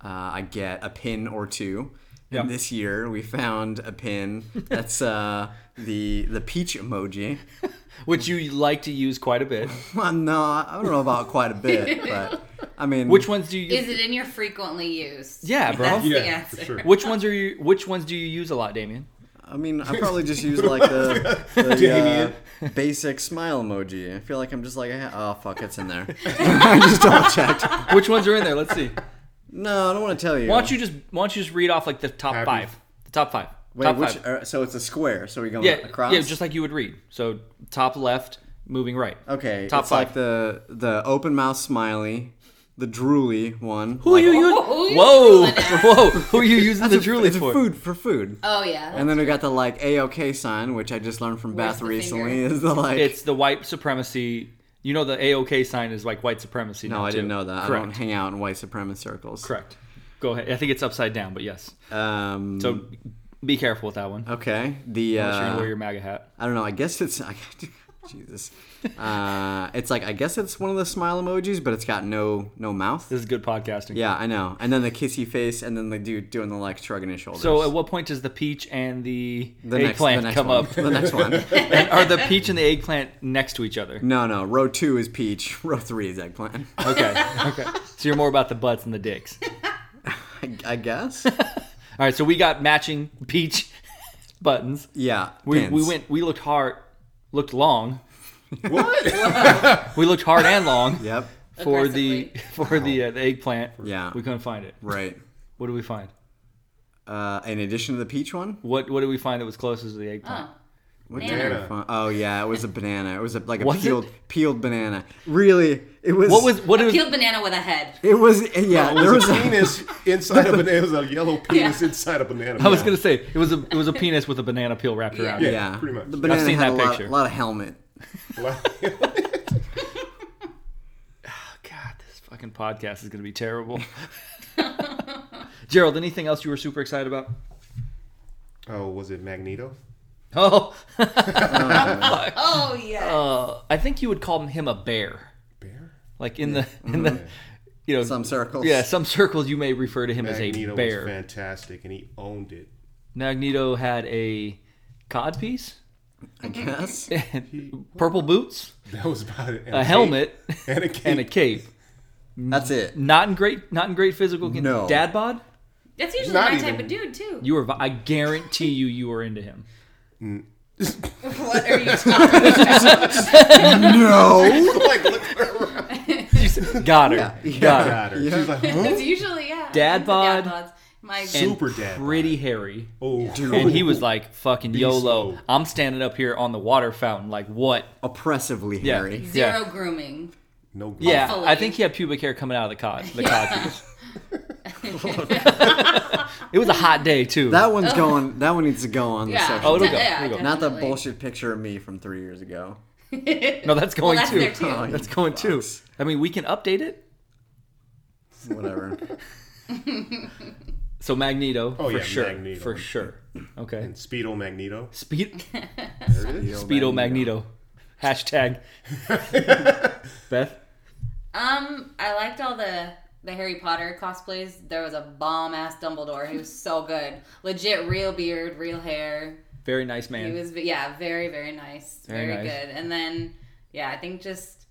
D: Uh, I get a pin or two.
A: Yeah.
D: And this year we found a pin that's uh, the the peach emoji.
A: Which you like to use quite a bit.
D: Well, no, I don't know about quite a bit, but I mean,
A: Which ones do you?
C: is it in your frequently used?
A: Yeah, bro.
C: That's
B: Yeah,
C: the answer.
B: for sure.
A: Which ones are you? Which ones do you use a lot, Damien?
D: I mean, I probably just use like the, the uh, basic smile emoji. I feel like I'm just like, oh fuck, it's in there. I just double checked.
A: Which ones are in there? Let's see.
D: No, I don't want to tell you.
A: Why don't you just Why don't you just read off like the top
B: Happy-
A: five? The top five.
D: Wait,
A: top
D: which,
A: five.
D: uh, so it's a square. So we go
A: Yeah,
D: across.
A: yeah, just like you would read. So top left, moving right.
D: okay.
A: top
D: it's
A: five.
D: like the the open mouth smiley, the drooly one. oh,
A: Who are you
C: Who
A: using?
C: you
A: Whoa,
C: drooling at?
A: whoa! Who are you using
D: That's
A: the
D: a,
A: drooling
D: it's a
A: for?
D: food for food.
C: Oh yeah.
D: and then we got the like AOK sign, which I just learned from
C: Where's
D: Beth
C: the
D: recently.
C: finger?
D: Is the like
A: It's the white supremacy. You know the AOK sign is like white supremacy.
D: no,
A: now,
D: I didn't
A: too.
D: know that. I
A: Correct.
D: don't hang out in white supremacist circles.
A: Correct. Go ahead. I think it's upside down, but yes.
D: Um,
A: So be careful with that one.
D: okay, the
A: Unless you're gonna
D: uh,
A: wear your MAGA hat.
D: I don't know. I guess it's Jesus. Uh, it's like I guess it's one of the smile emojis, but it's got no no mouth.
A: This is good podcasting.
D: Yeah, I know. And then the kissy face, and then the dude doing the like shrugging his shoulders.
A: So at what point does the peach and the,
D: the next, the
A: eggplant
D: next
A: come
D: one.
A: up?
D: The next one.
A: and are the peach and the eggplant next to each other?
D: No, no. Row two is peach. Row three is eggplant.
A: Okay. Okay. So you're more about the butts and the dicks.
D: I, I guess.
A: All right. So we got matching peach buttons.
D: Yeah.
A: We, we
D: pins.
A: went. We looked hard. Looked long.
B: What?
A: We looked hard and long
D: Yep.
A: for the for the, uh, the eggplant.
D: Yeah.
A: We couldn't find it.
D: Right.
A: What did we find?
D: Uh, in addition to the peach one,
A: What What did we find that was closest to the eggplant?
C: Oh.
D: what
B: Banana.
D: find? Oh yeah, it was a banana. It was a, like a
A: Was it?
D: peeled peeled banana. Really, it was.
A: What was What
C: A
A: was?
C: peeled banana with a head.
D: It was yeah.
B: There
D: there was
B: a penis inside a banana. It was a yellow penis inside a banana.
A: I was gonna say it was a it was a penis with a banana peel wrapped
C: Yeah.
A: around. it.
B: Yeah,
D: yeah.
B: pretty much.
D: The banana
A: I've seen
D: had
A: that
D: a lot,
A: picture.
D: lot of helmet.
A: God, this fucking podcast is gonna be terrible. Gerald, anything else you were super excited about?
B: oh, was it Magneto?
A: Oh,
C: Oh yeah.
A: uh, I think you would call him a bear.
B: Bear?
A: Like in the in
B: Mm-hmm.
A: the you know
D: Some circles.
A: Yeah, some circles you may refer to him
B: Magneto
A: as a
B: was
A: bear.
B: fantastic, and he owned it.
A: Magneto had a codpiece,
D: I guess.
A: purple boots,
B: That was about it. And
A: a
B: cape.
A: helmet,
B: and a cape.
A: and a cape.
D: That's it.
A: Not in great, not in great physical. con-
D: No.
A: Dad bod.
C: That's usually
B: Not
C: my
B: even-
C: type of dude too.
A: You were. vi- I guarantee you, you were into him.
C: what are you talking?
D: No.
B: like look around.
A: You said- got her.
D: Yeah.
A: Got her.
B: Got her. She's like, huh?
C: It's usually yeah.
A: Dad
C: It's a
A: bod.
C: bods. My
A: And
B: Super dad bod.
A: Pretty hairy.
B: oh,
A: And he was like, "Fucking YOLO!
B: slow.
A: I'm standing up here on the water fountain. Like what?
D: Oppressively
A: Yeah.
D: hairy.
C: zero grooming.
B: no. Good.
A: Yeah.
C: Hopefully.
A: I think he had pubic hair coming out of the cod. The cod piece. it was a hot day too.
D: That one's going. That one needs to go on the
C: Yeah.
D: section.
A: Oh, it'll go,
C: Yeah,
A: it'll go.
D: Not the
C: definitely.
D: bullshit picture of me from three years ago.
A: no, that's
C: Well,
A: going
C: that's
A: too.
C: there too.
D: Oh,
A: That's going too. I mean, we can update it.
D: Whatever.
A: So Magneto,
B: Oh,
A: for
B: yeah,
A: sure,
B: Magneto.
A: for sure. Okay.
B: And Speedo Magneto.
A: Speed,
B: There it is.
A: Speedo Magneto. Hashtag. Beth.
C: Um, I liked all the the Harry Potter cosplays. There was a bomb ass Dumbledore. He was so good. Legit, real beard, real hair.
A: Very nice man.
C: He was yeah, very very nice,
A: Very
C: very,
A: nice.
C: good. And then yeah, I think just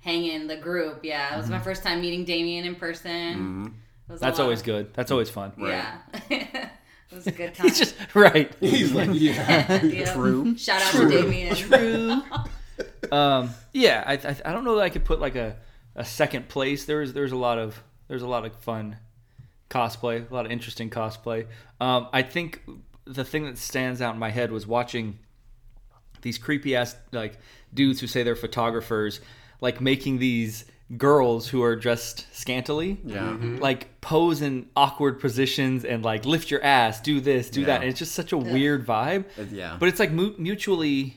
C: hanging the group. Yeah, it was my first time meeting Damien in person. It was a
A: Mm-hmm. That's
C: lot.
A: always good. That's always fun.
C: Yeah, it was a good time.
A: He's just right.
B: He's like, yeah.
C: Yeah.
D: True.
C: Shout out to Damien.
A: Um, yeah, I, I, I don't know that I could put like a, a second place. There's there's a lot of there's a lot of fun cosplay, a lot of interesting cosplay. Um, I think the thing that stands out in my head was watching these creepy ass like dudes who say they're photographers, like making these girls who are dressed scantily,
D: Yeah.
A: like pose in awkward positions and like lift your ass, do this, do that.
D: Yeah.
A: And it's just such a weird vibe.
D: It- yeah.
A: But it's like mu- mutually.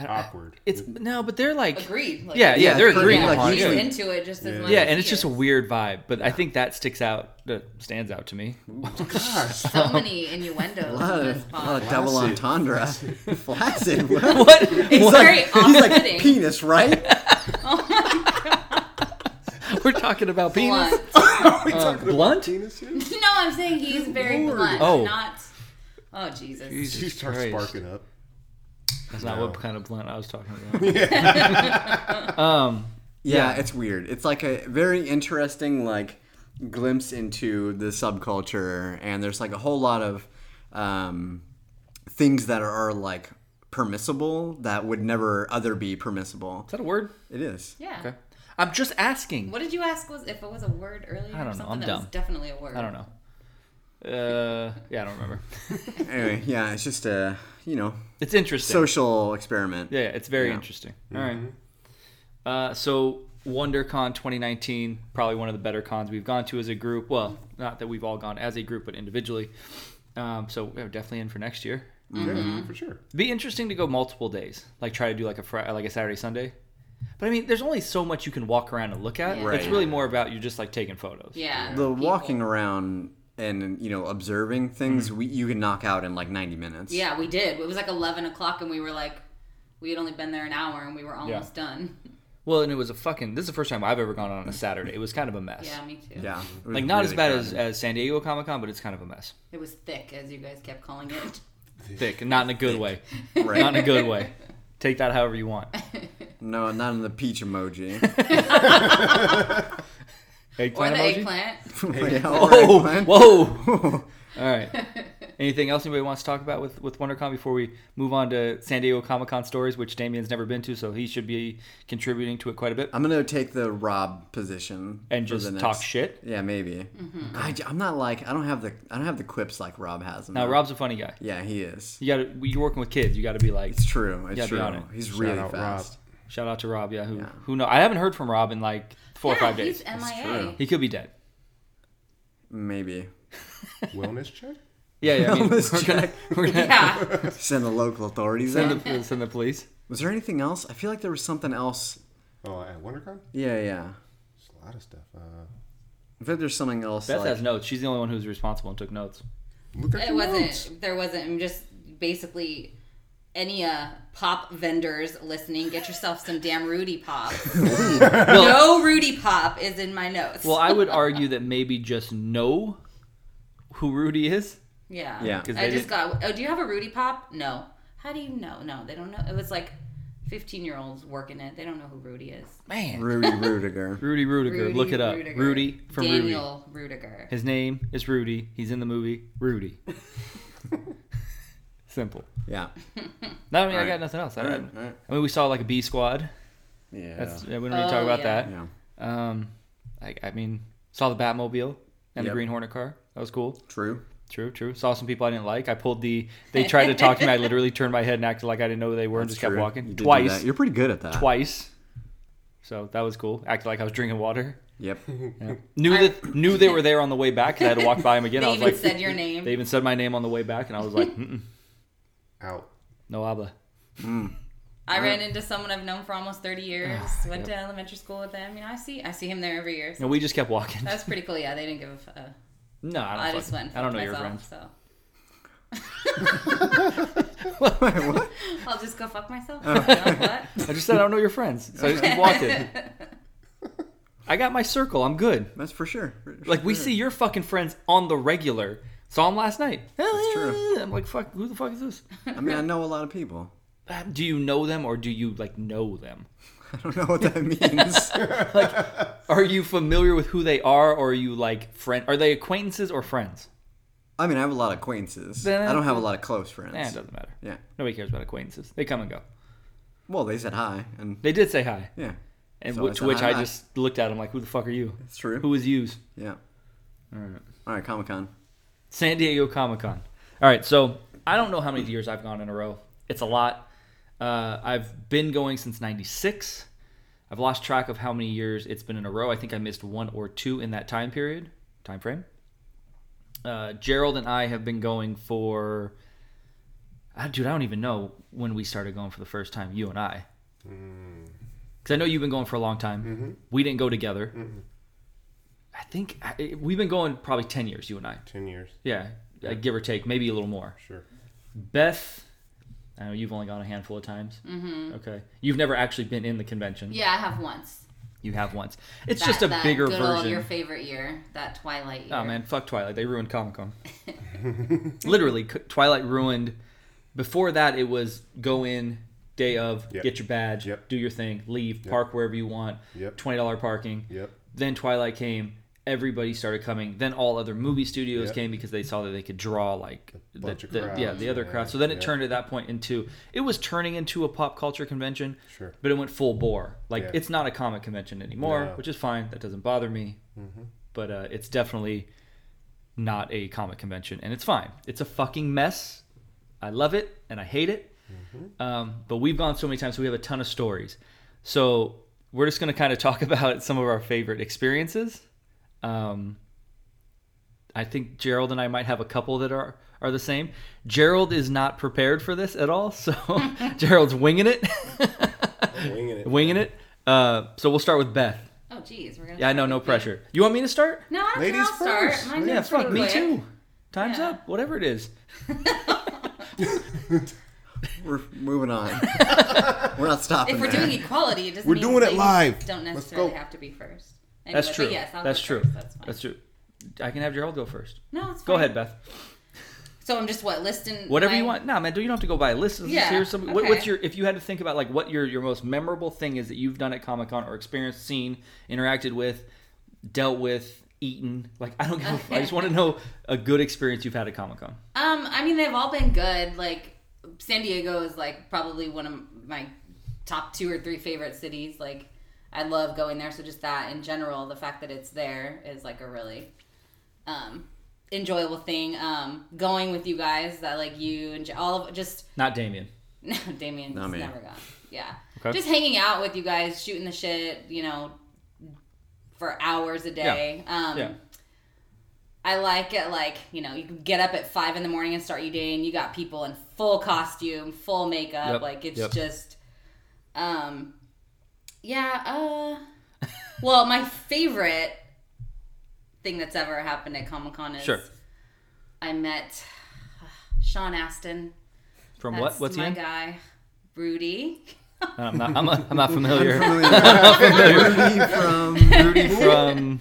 B: Awkward.
A: It's no, but they're like
C: Agreed. Like,
A: yeah, yeah,
D: Yeah,
A: they're
D: it's
A: agreeing
D: like
A: upon
C: He's
D: usually-
A: it.
C: into it just as much.
A: Yeah,
C: as
A: and
C: he
A: it's just a
C: is.
A: weird vibe, but I think that sticks out, that stands out to me.
B: Oh, Gosh.
C: so many innuendos
D: A lot
C: in
D: of,
C: this
D: a lot of
C: pod.
D: double
B: Flaccid.
D: entendre. Flaccid.
A: What?
C: It's
A: What?
C: very
D: He's like
C: off-putting.
D: penis, right?
A: We're talking about penis.
C: Blunt.
B: Are we talking about
A: blunt?
B: penis here?
C: No, I'm saying he's very
B: Lord.
C: blunt.
A: Oh.
C: Not. Oh Jesus.
A: Jesus
B: She starts
A: Christ.
B: sparking up.
A: That's not what kind of blunt I was talking about. um,
D: Yeah, it's weird. It's like a very interesting like glimpse into the subculture, and there's like a whole lot of um, things that are like permissible that would never other be permissible.
A: is that a word?
D: It is.
C: Yeah.
A: Okay. I'm just asking.
C: What did you ask? Was if it was a word earlier?
A: don't know.
C: Or something
A: I'm
C: that was
A: dumb.
C: definitely a word.
A: I don't know. Uh, yeah, I don't remember.
D: Anyway, yeah, it's just a you know
A: It's interesting.
D: social experiment.
A: yeah, Mm-hmm. yeah, it's very
D: Yeah.
A: interesting. All right. Uh, so WonderCon 2019, probably one of the better cons we've gone to as a group. Well, not that we've all gone as a group, but individually. Um, so we're definitely in for next year.
B: Yeah,
A: Mm-hmm.
B: for sure.
A: It'd be interesting to go multiple days, like try to do like a Friday, like a Saturday, Sunday. But I mean, there's only so much you can walk around and look at.
C: Yeah.
A: It's
D: Right.
A: really more about you just like taking photos.
C: Yeah.
D: the
C: people.
D: walking around and you know observing
A: Mm-hmm.
D: things we, you can knock out in like 90 minutes
C: Yeah, we did. It was like 11 o'clock, and we were like, we had only been there an hour, and we were almost done.
A: Well, and it was a fucking. This is the first time I've ever gone on a Saturday. Mm-hmm. It was kind of a mess.
C: Yeah, me too.
D: yeah it was
A: Like not as
D: really
A: bad
D: crowded.
A: as, as San Diego Comic Con, but it's kind of a mess.
C: It was thick, as you guys kept calling it.
A: Thick, not in a good way.
D: right
A: Not in a good way. Take that however you want.
D: no not in the peach emoji
C: or
A: Eggplant
C: the
A: emoji?
C: eggplant.
D: Yeah,
A: Oh,
D: or eggplant.
A: whoa! All right. Anything else anybody wants to talk about with, with WonderCon before we move on to San Diego Comic Con stories, which Damien's never been to, so he should be contributing to it quite a bit,
D: i'm gonna take the rob position
A: and
D: for
A: just
D: the
A: talk
D: next-
A: shit.
D: yeah maybe I, am not like i don't have the i don't have the quips like rob has them.
A: Now, Rob's a funny guy.
D: yeah he is
A: You got to you're working with kids. You got to be like,
D: it's true it's
A: gotta be
D: true
A: on it.
D: he's
B: Shout
D: really
B: out
D: fast
A: shout out to Rob. Yeah, who
D: Yeah.
A: who know? I haven't heard from Rob in like four or
C: Yeah,
A: five days.
C: He's
D: true.
C: MIA.
A: He could be dead.
D: maybe
B: Wellness check.
A: Yeah, yeah. I mean,
D: Let's
A: we're gonna, we're gonna
C: Yeah.
D: send the local authorities
A: send,
D: out.
A: the, send the police.
D: was there anything else i feel like there was something else
B: Oh, at WonderCon,
D: yeah yeah
B: there's a lot of stuff. Uh,
D: i think there's something else
A: Beth
D: like,
A: has notes. She's the only one who's responsible and took notes.
B: look at
C: It
B: the
C: wasn't.
B: notes.
C: There wasn't. I'm just basically any uh, pop vendors listening. Get yourself some damn Rudy pop. no Rudy pop is in my notes.
A: Well, I would argue that maybe just know who Rudy is.
C: yeah.
D: Yeah. 'Cause
C: I
A: they
C: just
A: didn't-
C: got. Oh, do you have a Rudy pop? No. How do you know? No, they don't know. It was like 15 year olds working it. They don't know who Rudy is.
A: Man,
D: Rudy Rudiger.
A: Rudy Rudiger.
C: Rudy
A: Look it up.
C: Rudiger.
A: Rudy from Rudy.
C: Daniel Rudiger.
A: His name is Rudy. He's in the movie Rudy. Simple.
D: Yeah.
A: No, I mean, I
D: Alright.
A: got nothing else. I,
D: All
A: don't-
D: right. All right.
A: I mean, we saw like a B squad.
D: Yeah.
A: That's, yeah. We don't need to talk
C: Oh,
A: about
C: yeah.
D: yeah.
A: that. Um, I, I mean, saw the Batmobile and the
D: Yep.
A: Green Hornet car. That was cool.
D: True.
A: True, true. Saw some people I didn't like. I pulled the. They tried to talk to me. I literally turned my head and acted like I didn't know who they were and just kept walking
D: You did do
A: twice.
D: that. You're pretty good at that.
A: Twice. So that was cool. Acted like I was drinking water.
D: Yep.
A: Knew
C: I-
A: that knew they were there on the way back. 'cause I had to walk by them again.
C: They
A: I was
C: even
A: like,
C: said your name.
A: they even said my name on the way back, and I was like, Mm-mm,
B: Out.
A: no habla.
C: I ran into someone I've known for almost 30 years.
A: Ah, yep.
C: Went to elementary school with them. You know, I see, I see him there every year. So
A: And we just kept walking.
C: That's pretty cool. Yeah, they didn't give a. F- uh,
A: no, I don't.
C: I just
A: fucking-
C: went.
A: I don't know your
C: myself,
A: friends.
C: So
D: Wait, what?
C: I'll just go fuck myself. You know what?
A: I just said I don't know your friends, so I just keep walking. I got my circle. I'm good.
D: That's for sure.
A: Like we
C: Mm.
A: see your fucking friends on the regular. Saw him last night. That's
D: true.
A: I'm like, fuck. Who the fuck is this?
D: I mean, I know a lot of people.
A: Uh, Do you know them or do you like know them?
D: I don't know what that means.
A: Are you familiar with who they are or are you like friend? Are they acquaintances or friends?
D: I mean, I have a lot of acquaintances.
A: Then-
D: I don't have a lot of close friends.
A: Eh, it doesn't matter.
D: yeah.
A: Nobody cares about acquaintances. They come and go.
D: Well, they said hi, and
A: They did say hi,
D: yeah,
A: and
D: So I
A: which
D: said,
A: which
D: "Hi,
A: I
D: hi."
A: just looked at. I'm like, who the fuck are you?
D: it's true.
A: Who is yous?
D: Yeah.
A: All right.
D: All right, Comic Con.
A: San Diego Comic Con. All right, so I don't know how many years I've gone in a row. It's a lot. Uh, I've been going since '96. I've lost track of how many years it's been in a row. I think I missed one or two in that time period, time frame. Uh, Gerald and I have been going for, I, dude, I don't even know when we started going for the first time. You and I, because I know you've been going for a long time. We didn't go together. I think I, we've been going probably ten years. You and I.
B: Ten years.
A: Yeah, uh, give or take, maybe a little more.
B: Sure.
A: Beth, I know you've only gone a handful of times. Mm-hmm. Okay, you've never actually been in the convention.
C: yeah, I have once.
A: You have once. It's
C: That-
A: just a
C: that
A: bigger
C: good Old your
A: version.
C: favorite year, that Twilight year.
A: Oh man, fuck Twilight. They ruined Comic Con. Literally, c- Twilight ruined. Before that, it was go in day of,
B: Yep.
A: get your badge,
B: Yep.
A: do your thing, leave, park wherever you want,
B: Yep.
A: twenty dollar parking.
B: Yep.
A: Then Twilight came. Everybody started coming. Then all other movie studios
B: Yep.
A: came because they saw that they could draw like the,
B: bunch of
A: the-
B: crowds,
A: yeah the other
B: yeah,
A: crowd. So then it
B: yeah.
A: turned at that point into it was turning into a pop culture convention,
B: Sure.
A: but it went full bore. Like
B: Yeah.
A: it's not a comic convention anymore,
B: No.
A: which is fine. That doesn't bother me. But uh, it's definitely not a comic convention, and it's fine. It's a fucking mess. I love it and I hate it. Um, but we've gone so many times, so we have a ton of stories. So we're just going to kind of talk about some of our favorite experiences. Um, I think Gerald and I might have a couple that are are the same. Gerald is not prepared for this at all, so Gerald's winging it,
B: winging it.
A: winging it. Uh, so we'll start with Beth.
C: Oh, geez, we're gonna.
A: Yeah, I know,
C: start
A: no
C: with me.
A: pressure. You want me to start?
C: No, I don't think
B: Ladies
C: I'll start.
B: first.
C: Mine's
A: Yeah,
C: pretty
A: fuck me
C: quick.
A: too. Time's
C: Yeah.
A: up. Whatever it is.
D: We're moving on. we're not stopping.
C: If we're
D: there.
C: doing equality, it doesn't
B: We're
C: mean
B: doing it
C: ladies
B: live.
C: Don't
B: Let's
C: necessarily
B: go.
C: have to be first. Anyway,
A: That's
C: but
A: true.
C: Yes, I'll
A: That's
C: go
A: true.
C: first. That's, fine.
A: That's true. I can have Gerald go first.
C: No, it's fine.
A: Go ahead, Beth.
C: So I'm just what listing
A: Whatever
C: my-
A: you want. Nah, man, you don't have to go by a list. Let's
C: Yeah,
A: hear some- what- what's
C: okay.
A: your? If you had to think about like what your your most memorable thing is that you've done at Comic Con or experienced, seen, interacted with, dealt with, eaten. Like I don't give. a- I just want to know a good experience you've had at Comic Con.
C: Um, I mean, they've all been good. Like San Diego is like probably one of my top two or three favorite cities. Like I love going there. So just that in general, the fact that it's there is like a really um, enjoyable thing. Um, going with you guys, that like you and J- all of just
A: Not Damien.
C: no, Damien's
D: Not me.
C: never gone. Yeah,
A: Okay.
C: just hanging out with you guys, shooting the shit. You know, for hours a day. Um,
A: Yeah.
C: I like it like, you know, you can get up at five in the morning and start your day and you got people in full costume, full makeup.
A: Yep,
C: Like it's
A: yep.
C: just um yeah, uh well my favorite thing that's ever happened at Comic Con is
A: Sure.
C: I met uh, Sean Aston.
A: From
C: That's
A: what? What's he
C: my
A: in?
C: guy. Rudy.
A: I'm not. I'm not, I'm not familiar.
D: Rudy from
A: Rudy from.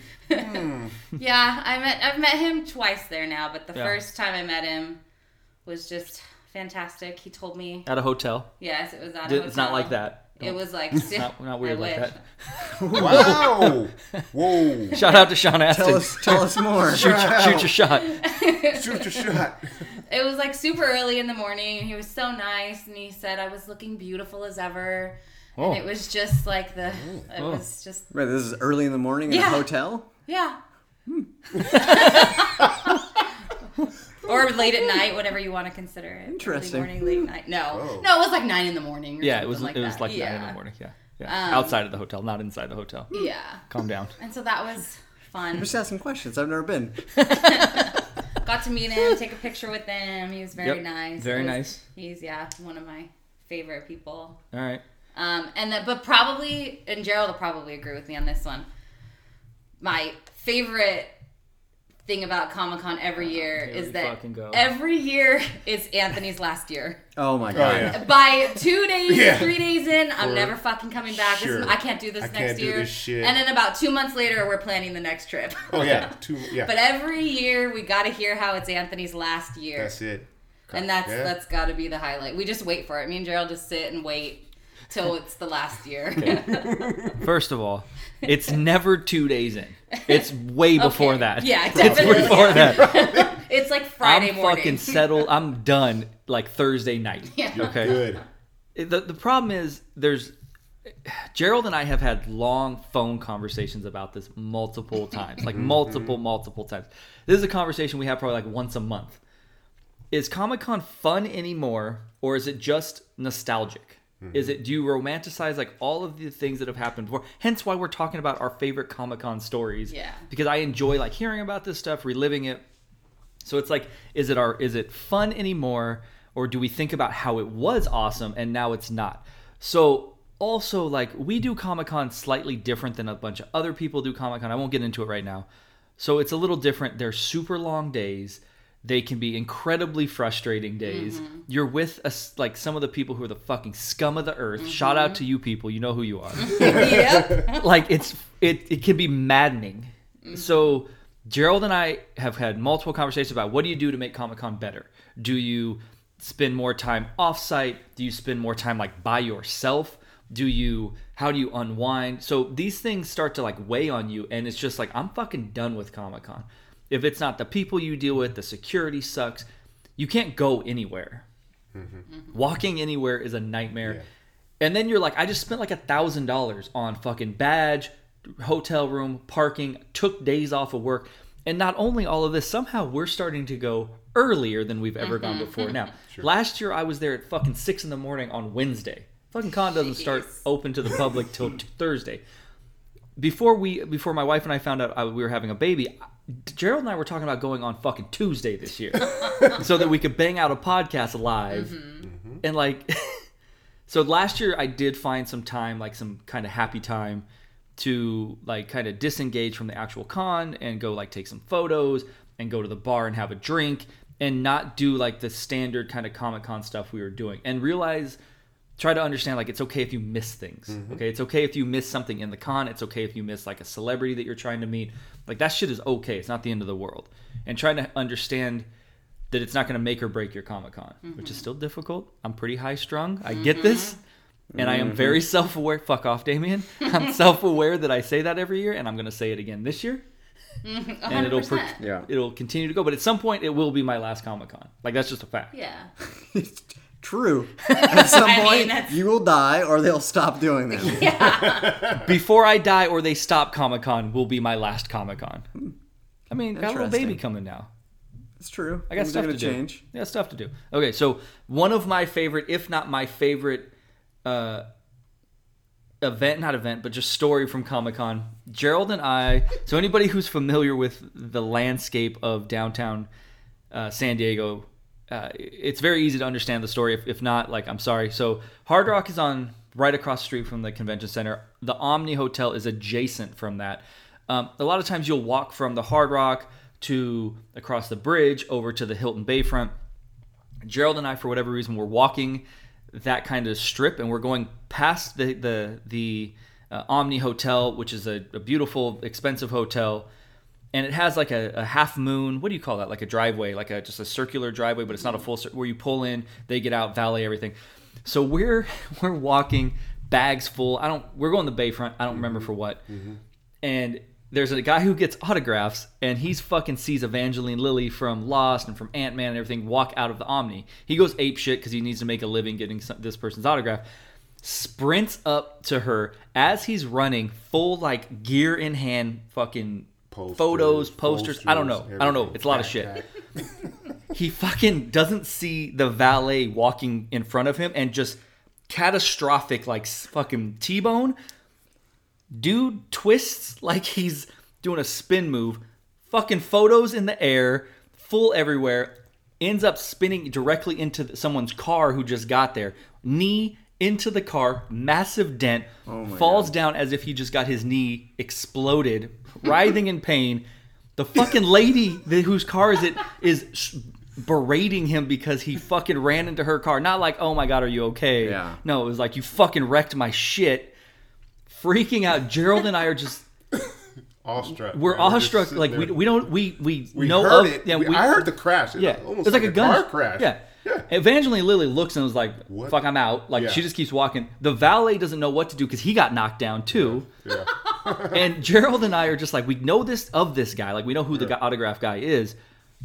C: Yeah, I met I've met him twice there now, but the
A: Yeah.
C: first time I met him was just fantastic. He told me
A: at a hotel.
C: Yes, it was at a
A: It's not
C: hotel.
A: like that.
C: It was like
A: It's not, not weird
C: I
A: like
C: wish.
A: that.
B: Wow! Whoa!
A: Shout out to Sean Astin.
D: tell us, tell us more.
A: shoot, your- shoot your shot.
B: Shoot your shot.
C: It was like super early in the morning, and he was so nice, and he said I was looking beautiful as ever.
A: Oh.
C: And it was just like the, it
A: Oh.
C: was just
D: Right, this is early in the morning in
C: Yeah.
D: a hotel.
C: yeah. or late at night, whatever you want to consider it. Early
D: Interesting.
C: morning, late night. No,
B: Oh.
C: no, it was like nine in the morning. Or
A: Yeah, it was.
C: something
A: it was
C: that.
A: like
C: yeah. Um,
A: nine in the morning. Yeah, yeah. Outside of the hotel, not inside the hotel.
C: Yeah,
A: Calm down.
C: and so that was fun.
D: Just asking questions. I've never been.
C: Got to meet him, take a picture with him. He was very
A: Yep,
C: nice.
A: very
C: It was-
A: nice.
C: He's yeah, one of my favorite people.
A: All right.
C: Um, and that, but probably, and Gerald will probably agree with me on this one. My favorite thing about Comic Con every year
A: Here we
C: is that
A: fucking go.
C: every year it's Anthony's last year.
D: Oh my god.
B: yeah.
C: By two days,
B: Yeah.
C: three days in, I'm
B: For
C: never fucking coming back. This is-
B: sure.
C: I can't do this
B: I
C: next
B: can't do
C: year.
B: this shit.
C: And then about two months later, we're planning the next trip.
B: Oh yeah, two. Yeah,
C: but every year, we got to hear how it's Anthony's last year.
B: that's it.
C: And that's
B: Yeah.
C: that's got to be the highlight. We just wait for it. Me and Gerald just sit and wait till it's the last year.
A: First of all, it's never two days in. It's way before
C: Okay.
A: that.
C: Yeah,
A: It's
C: definitely.
A: way before that.
C: it's like Friday
A: I'm
C: morning.
A: fucking settled. I'm done like Thursday night.
C: Yeah.
A: Okay.
B: Good.
A: the the problem is there's Gerald and I have had long phone conversations about this multiple times, like multiple, multiple times. This is a conversation we have probably like once a month. Is Comic Con fun anymore, or is it just nostalgic? Is it do you romanticize like all of the things that have happened before? Hence why we're talking about our favorite Comic Con stories.
C: Yeah.
A: because I enjoy like hearing about this stuff, reliving it. So it's like, is it our is it fun anymore, or do we think about how it was awesome and now it's not? So also like we do Comic Con slightly different than a bunch of other people do Comic Con. I won't get into it right now. So it's a little different. They're super long days. They can be incredibly frustrating days. You're with us like some of the people who are the fucking scum of the earth. Shout out to you people. You know who you are
C: yep.
A: like it's it, it can be maddening. So Gerald and I have had multiple conversations about what do you do to make Comic Con better? Do you spend more time offsite? Do you spend more time like by yourself? Do you how do you unwind? So these things start to like weigh on you and it's just like I'm fucking done with Comic Con. If it's not the people you deal with, the security sucks. You can't go anywhere. Walking anywhere is a nightmare.
B: Yeah.
A: And then you're like, I just spent like a thousand dollars on fucking badge, hotel room, parking, took days off of work. And not only all of this, somehow we're starting to go earlier than we've ever gone before now. Last year I was there at fucking six in the morning on Wednesday. fucking con doesn't start
C: Jeez.
A: open to the public till t- Thursday. Before we, before my wife and I found out I, we were having a baby, Gerald and I were talking about going on fucking Tuesday this year, so that we could bang out a podcast live, and like, so last year I did find some time, like some kind of happy time, to like kind of disengage from the actual con and go like take some photos and go to the bar and have a drink and not do like the standard kind of Comic Con stuff we were doing and realize try to understand like it's okay if you miss things okay it's okay if you miss something in the con it's okay if you miss like a celebrity that you're trying to meet like that shit is okay it's not the end of the world and trying to understand that it's not going to make or break your comic con which is still difficult i'm pretty high strung i get this and i am
D: Mm-hmm.
A: very self-aware fuck off damien i'm self-aware that i say that every year and i'm going to say it again this year and it'll pro-
C: 100%.
D: Yeah.
A: it'll continue to go but at some point it will be my last comic con like that's just a fact
C: Yeah.
D: True. At some
C: I mean,
D: point,
C: that's-
D: you will die, or they'll stop doing them.
A: before I die or they stop Comic Con will be my last Comic Con. I mean, got a little
D: Hmm. Interesting.
A: baby coming now.
D: It's true.
A: I got stuff to
D: gonna
A: do. Yeah, stuff to do. Okay, so one of my favorite, if not my favorite, uh, event not event, but just story from Comic Con. Gerald and I. So anybody who's familiar with the landscape of downtown uh, San Diego, uh, it's very easy to understand the story. If, if not, like I'm sorry. So Hard Rock is on right across the street from the convention center. The Omni Hotel is adjacent from that. Um, a lot of times you'll walk from the Hard Rock to across the bridge over to the Hilton Bayfront. Gerald and I, for whatever reason, were walking that kind of strip, and we're going past the the the uh, Omni Hotel, which is a, a beautiful, expensive hotel, and it has like a, a half moon. What do you call that? Like a driveway, like a just a circular driveway, but it's not a full. Cir- where you pull in, they get out, valet everything. So we're we're walking bags full. I don't. We're going the Bayfront. I don't remember for what and there's a guy who gets autographs and he's fucking sees Evangeline Lilly from Lost and from Ant Man and everything walk out of the Omni. He goes ape shit because he needs to make a living getting some, this person's autograph. Sprints up to her as he's running, full like gear in hand, fucking photos, posters. I don't know. I don't know. It's a lot of shit he fucking doesn't see the valet walking in front of him and just catastrophic like s- fucking t-bone dude twists like he's doing a spin move fucking photos in the air full everywhere ends up spinning directly into th- someone's car who just got there knee into the car massive dent falls down as if he just got his knee exploded writhing in pain the fucking lady that, whose car is it is sh- berating him because he fucking ran into her car. Not like, oh my god, are you okay?
D: Yeah.
A: No, it was like you fucking wrecked my shit. Freaking out. Gerald and I are just
B: Awestruck.
A: we're
B: man. just
A: awestruck.
B: sitting
A: Like we,
B: there.
A: we don't we we,
B: We
A: know
B: heard
A: of
B: it.
A: yeah
B: we,
A: we,
B: I heard the crash. It
A: yeah
B: almost
A: it's like, a gun
B: car crash.
A: Yeah.
B: Yeah.
A: Evangeline Lilly looks and was like,
B: What?
A: "Fuck, I'm out." Like
B: Yeah.
A: she just keeps walking. The valet doesn't know what to do because he got knocked down too.
B: Yeah.
A: and Gerald and I are just like, we know this of this guy, like we know who the guy, autograph guy is,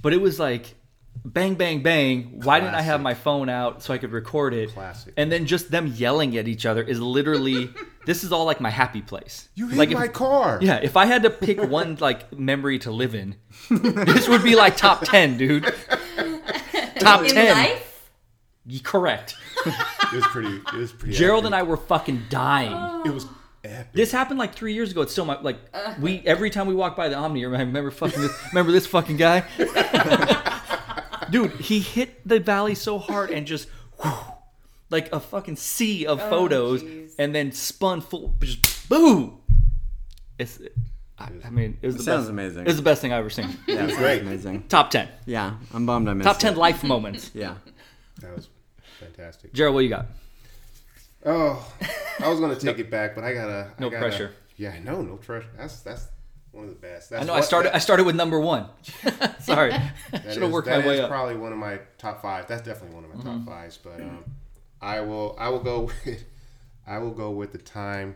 A: but it was like, bang, bang, bang. Why didn't I have my phone out so I could record it?
B: Classic.
A: And then just them yelling at each other is literally, this is all like my happy place.
B: You hit
A: like if-
B: my car.
A: yeah, if I had to pick one like memory to live in, this would be like top ten, dude. top
C: In
A: ten.
C: life?
A: Y- Correct.
B: It was pretty. It was pretty.
A: Gerald and I were fucking dying.
C: Oh.
B: I. It was epic.
A: This happened like three years ago. It's still my like we every time we walk by the Omni, I remember fucking this, remember this fucking guy, dude. He hit the valley so hard and just whew, like a fucking sea of photos,
C: jeez.
A: and then spun full, just boom. It's, I, I mean, it was the
D: Sounds
A: best.
D: amazing.
A: It was the best thing I've ever seen.
D: Yeah, sounds
B: great.
D: Amazing.
A: Top ten,
D: Yeah, I'm bummed I missed
A: top ten
D: it.
A: life moments.
D: Yeah.
B: That was fantastic.
A: Gerald, what you got?
B: Oh, I was gonna take it back, but I gotta.
A: No
B: I gotta,
A: pressure.
B: Yeah, no, no pressure. That's that's one of the best. That's
A: I know I
B: what-
A: started. I
B: That,
A: started with number one. Sorry,
B: that
A: should have
B: is-
A: worked
B: that
A: my way
B: is
A: up. Mm-hmm.
B: Probably one of my top five. That's definitely one of my top fives. But um, I will. I will go. With, I will go with the time.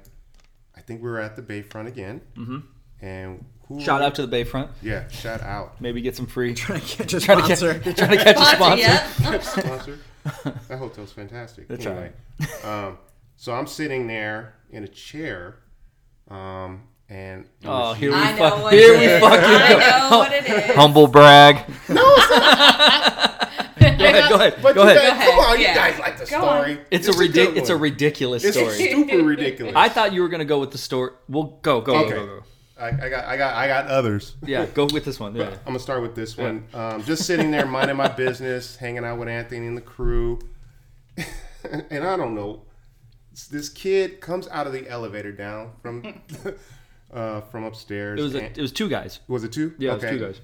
B: I think we were at the Bayfront again. Mm-hmm. And who?
A: Shout out to the Bayfront.
B: Yeah, shout out.
A: Maybe get some free.
D: Trying to get a
A: Trying to,
D: sponsor.
A: get, trying to catch a
C: Sponsor,
A: sponsor.
C: yep.
B: sponsor. That hotel's fantastic.
A: That's
B: anyway, um, so I'm sitting there in a chair, um, and it
A: Oh,
B: was
A: here we,
C: I know
A: fuck,
C: what
A: here
C: it
A: we
C: is.
A: fucking
C: I
A: go.
C: know what it is.
A: Humble brag.
C: I
A: ahead,
C: thought
A: go ahead.
B: But
A: go
B: you
A: ahead.
B: Guys, come
C: Go ahead.
B: on,
C: Yeah.
B: you guys like the
C: Go on.
B: story.
A: It's, a
B: a good
A: ridic- It's a
B: one.
A: ridiculous
B: It's
A: story.
B: super ridiculous.
A: I thought you were gonna go with the story. Well, go, go,
B: Okay.
A: go, go, go.
B: I, I got, I got, I got others.
A: Yeah, go with this one. Yeah.
B: I'm gonna start with this one. Um, just sitting there minding my business, hanging out with Anthony and the crew, and I don't know. s- This kid comes out of the elevator down from uh, from upstairs.
A: It was a,
B: and-
A: it was two guys.
B: was it two?
A: Yeah, it was two guys.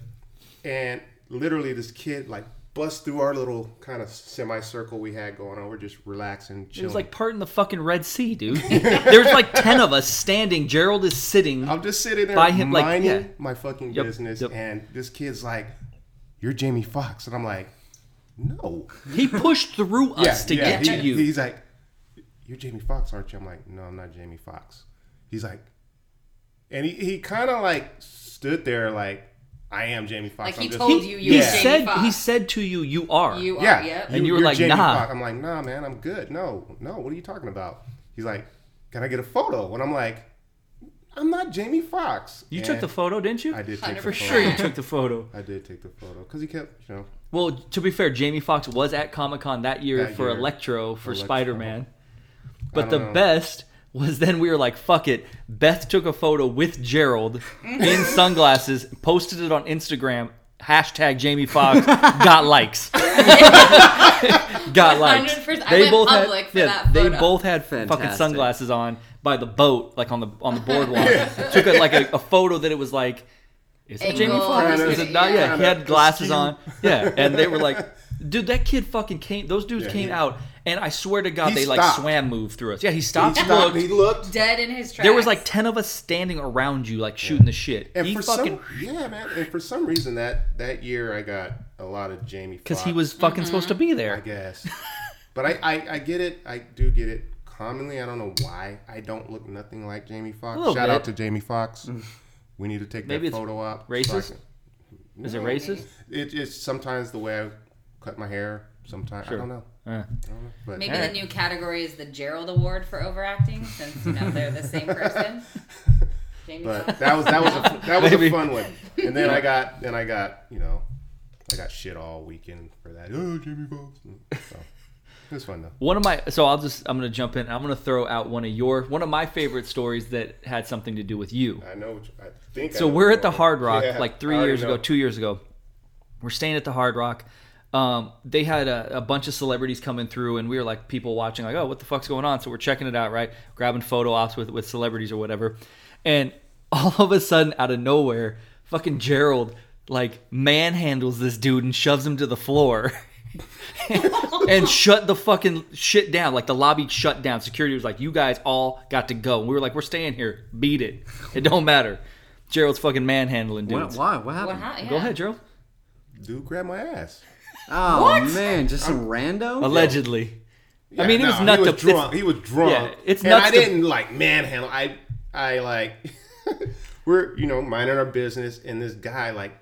B: And literally, this kid like busts through our little kind of semicircle we had going on. We're just relaxing,
A: It
B: chilling.
A: was like parting the fucking Red Sea, dude. There's like ten of us standing. Gerald is sitting.
B: I'm just sitting there
A: By him, like,
B: minding
A: yeah.
B: my fucking
A: Yep,
B: business,
A: yep.
B: and this kid's like, "You're Jamie Foxx," and I'm like, "No."
A: He pushed through us to get
B: he-
A: to you.
B: He's like, "You're Jamie Foxx, aren't you?" I'm like, "No, I'm not Jamie Foxx." He's like, and he, he kind of like stood there like, "I am Jamie Foxx."
C: Like, he
B: I'm just-
C: told you you
A: he
B: were Jamie
A: said
C: Foxx.
A: he said to you, "You are."
C: You are,
B: Yeah,
C: yep.
A: And you were
B: you're
A: like, "Nah."
B: Foxx." I'm like, "Nah, man, I'm good. No, no. What are you talking about?" He's like, "Can I get a photo?" And I'm like, "I'm not Jamie Foxx."
A: You took
B: And
A: the photo, didn't you?
B: I did take the
A: For
B: photo.
A: sure, you took the photo.
B: I did take the photo because he kept, you know,
A: Well, to be fair, Jamie Foxx was at Comic Con that year
B: That
A: for
B: year.
A: Electro for
B: Electro.
A: Spider Man.
B: I
A: But the
B: don't know.
A: best was then we were like, fuck it. Beth took a photo with Gerald in sunglasses, posted it on Instagram, hashtag Jamie Foxx, got likes. got likes.
C: 100%. I went public for that
A: they
C: photo.
A: both had fucking
D: Fantastic.
A: sunglasses on by the boat, like on the on the boardwalk. took a, like a, a photo that it was like is it Jamie
C: Angle.
A: Foxx?
B: Kinda-
A: Is it not? Yeah, he
B: kinda
A: had glasses
B: askew.
A: on. Yeah, and they were like, dude, that kid fucking came. Those dudes
B: Yeah,
A: came
B: he-
A: out, and I swear to God,
B: He
A: they like
B: stopped.
A: swam moved through us. Yeah, he stopped.
B: he stopped.
A: looked.
B: He looked.
C: Dead in his tracks.
A: there was like ten of us standing around you, like shooting the shit.
B: And
A: he
B: for
A: fucking
B: some, yeah, man. And for some reason that that year I got a lot of Jamie
A: because
B: because
A: he was fucking supposed to be
B: Mm-hmm. I
A: there.
B: guess. but I, I I get it. I do get it. Commonly, I don't know why I don't look nothing like Jamie Foxx.
A: little
B: Shout out
A: bit. Mm.
B: to Jamie Foxx. we need to take
A: Maybe it's
B: that photo up.
A: racist?
B: So I can-
A: Is it
B: No.
A: racist?
B: It, it's sometimes the way I cut my hair. Sometimes I don't know.
A: Uh,
B: I don't know. But
C: Maybe
A: All right.
C: the new category is the Gerald Award for overacting, since you know they're the same person. Jamie
B: But
C: Foxx.
B: that was that was a, that was
A: Maybe.
B: a fun one. And then I got then I got you know I got shit all weekend for that. Oh, Jamie Foxx. So, it was fun though.
A: One of my so I'll just I'm gonna jump in. I'm gonna throw out one of your one of my favorite stories that had something to do with you.
B: I know. What you, I think. I
A: So
B: know
A: we're
B: what
A: at the
B: you're-
A: Hard Rock
B: Yeah,
A: like
B: I
A: three
B: already
A: years ago,
B: know.
A: two years ago. We're staying at the Hard Rock. Um, they had a, a bunch of celebrities coming through, and we were like people watching, like, oh, what the fuck's going on? So we're checking it out, right? Grabbing photo ops with, with celebrities or whatever. And all of a sudden, out of nowhere, fucking Gerald like manhandles this dude and shoves him to the floor. and shut the fucking shit down. Like the lobby shut down. Security was like, "You guys all got to go." And we were like, "We're staying here. Beat it. It don't matter." Gerald's fucking manhandling
D: What,
A: dudes.
D: why? What happened?
C: Well, how- yeah.
A: Go ahead, Gerald.
B: Dude, grab my ass.
D: Oh man, just some rando.
A: Allegedly, I mean, it was
B: Yeah, no,
A: nuts
B: He
A: to-
B: was drunk. He was drunk.
A: Yeah, it's
B: and
A: nuts
B: I
A: to-
B: didn't like manhandle. I I like we're you know minding our business, and this guy like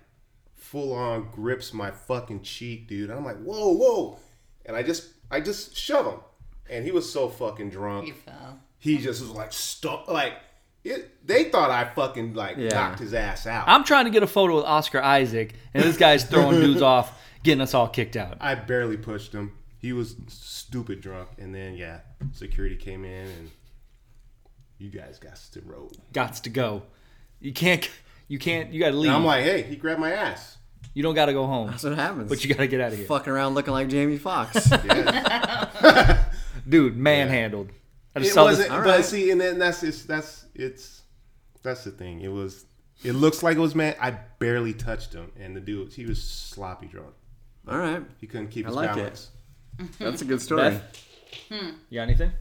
B: full on grips my fucking cheek, dude. And I'm like, whoa, whoa, and I just I just shove him, and he was so fucking drunk.
C: You fell.
B: He just was like stuck. Like it, they thought I fucking like
D: Yeah.
B: knocked his ass out.
A: I'm trying to get a photo with Oscar Isaac, and this guy's throwing dudes off, getting us all kicked out.
B: I barely pushed him. He was stupid drunk, and then yeah, security came in, and you guys got to roll.
A: Gots to go. You can't. You can't. You gotta leave.
B: And I'm like, hey, he grabbed my ass.
A: you don't gotta go home.
D: That's what happens.
A: But you gotta get out of here,
D: fucking around looking like Jamie Foxx.
B: Yeah.
A: dude. Manhandled. I just
B: it
A: saw this.
B: wasn't, but
D: right.
B: see, and then that's it's that's it's that's the thing. It was. It looks like it was man. I barely touched him, and the dude, he was sloppy drunk.
D: All right,
B: He couldn't keep
D: I
B: his
D: like it.
B: balance.
D: that's a good story.
A: Beth? You got anything?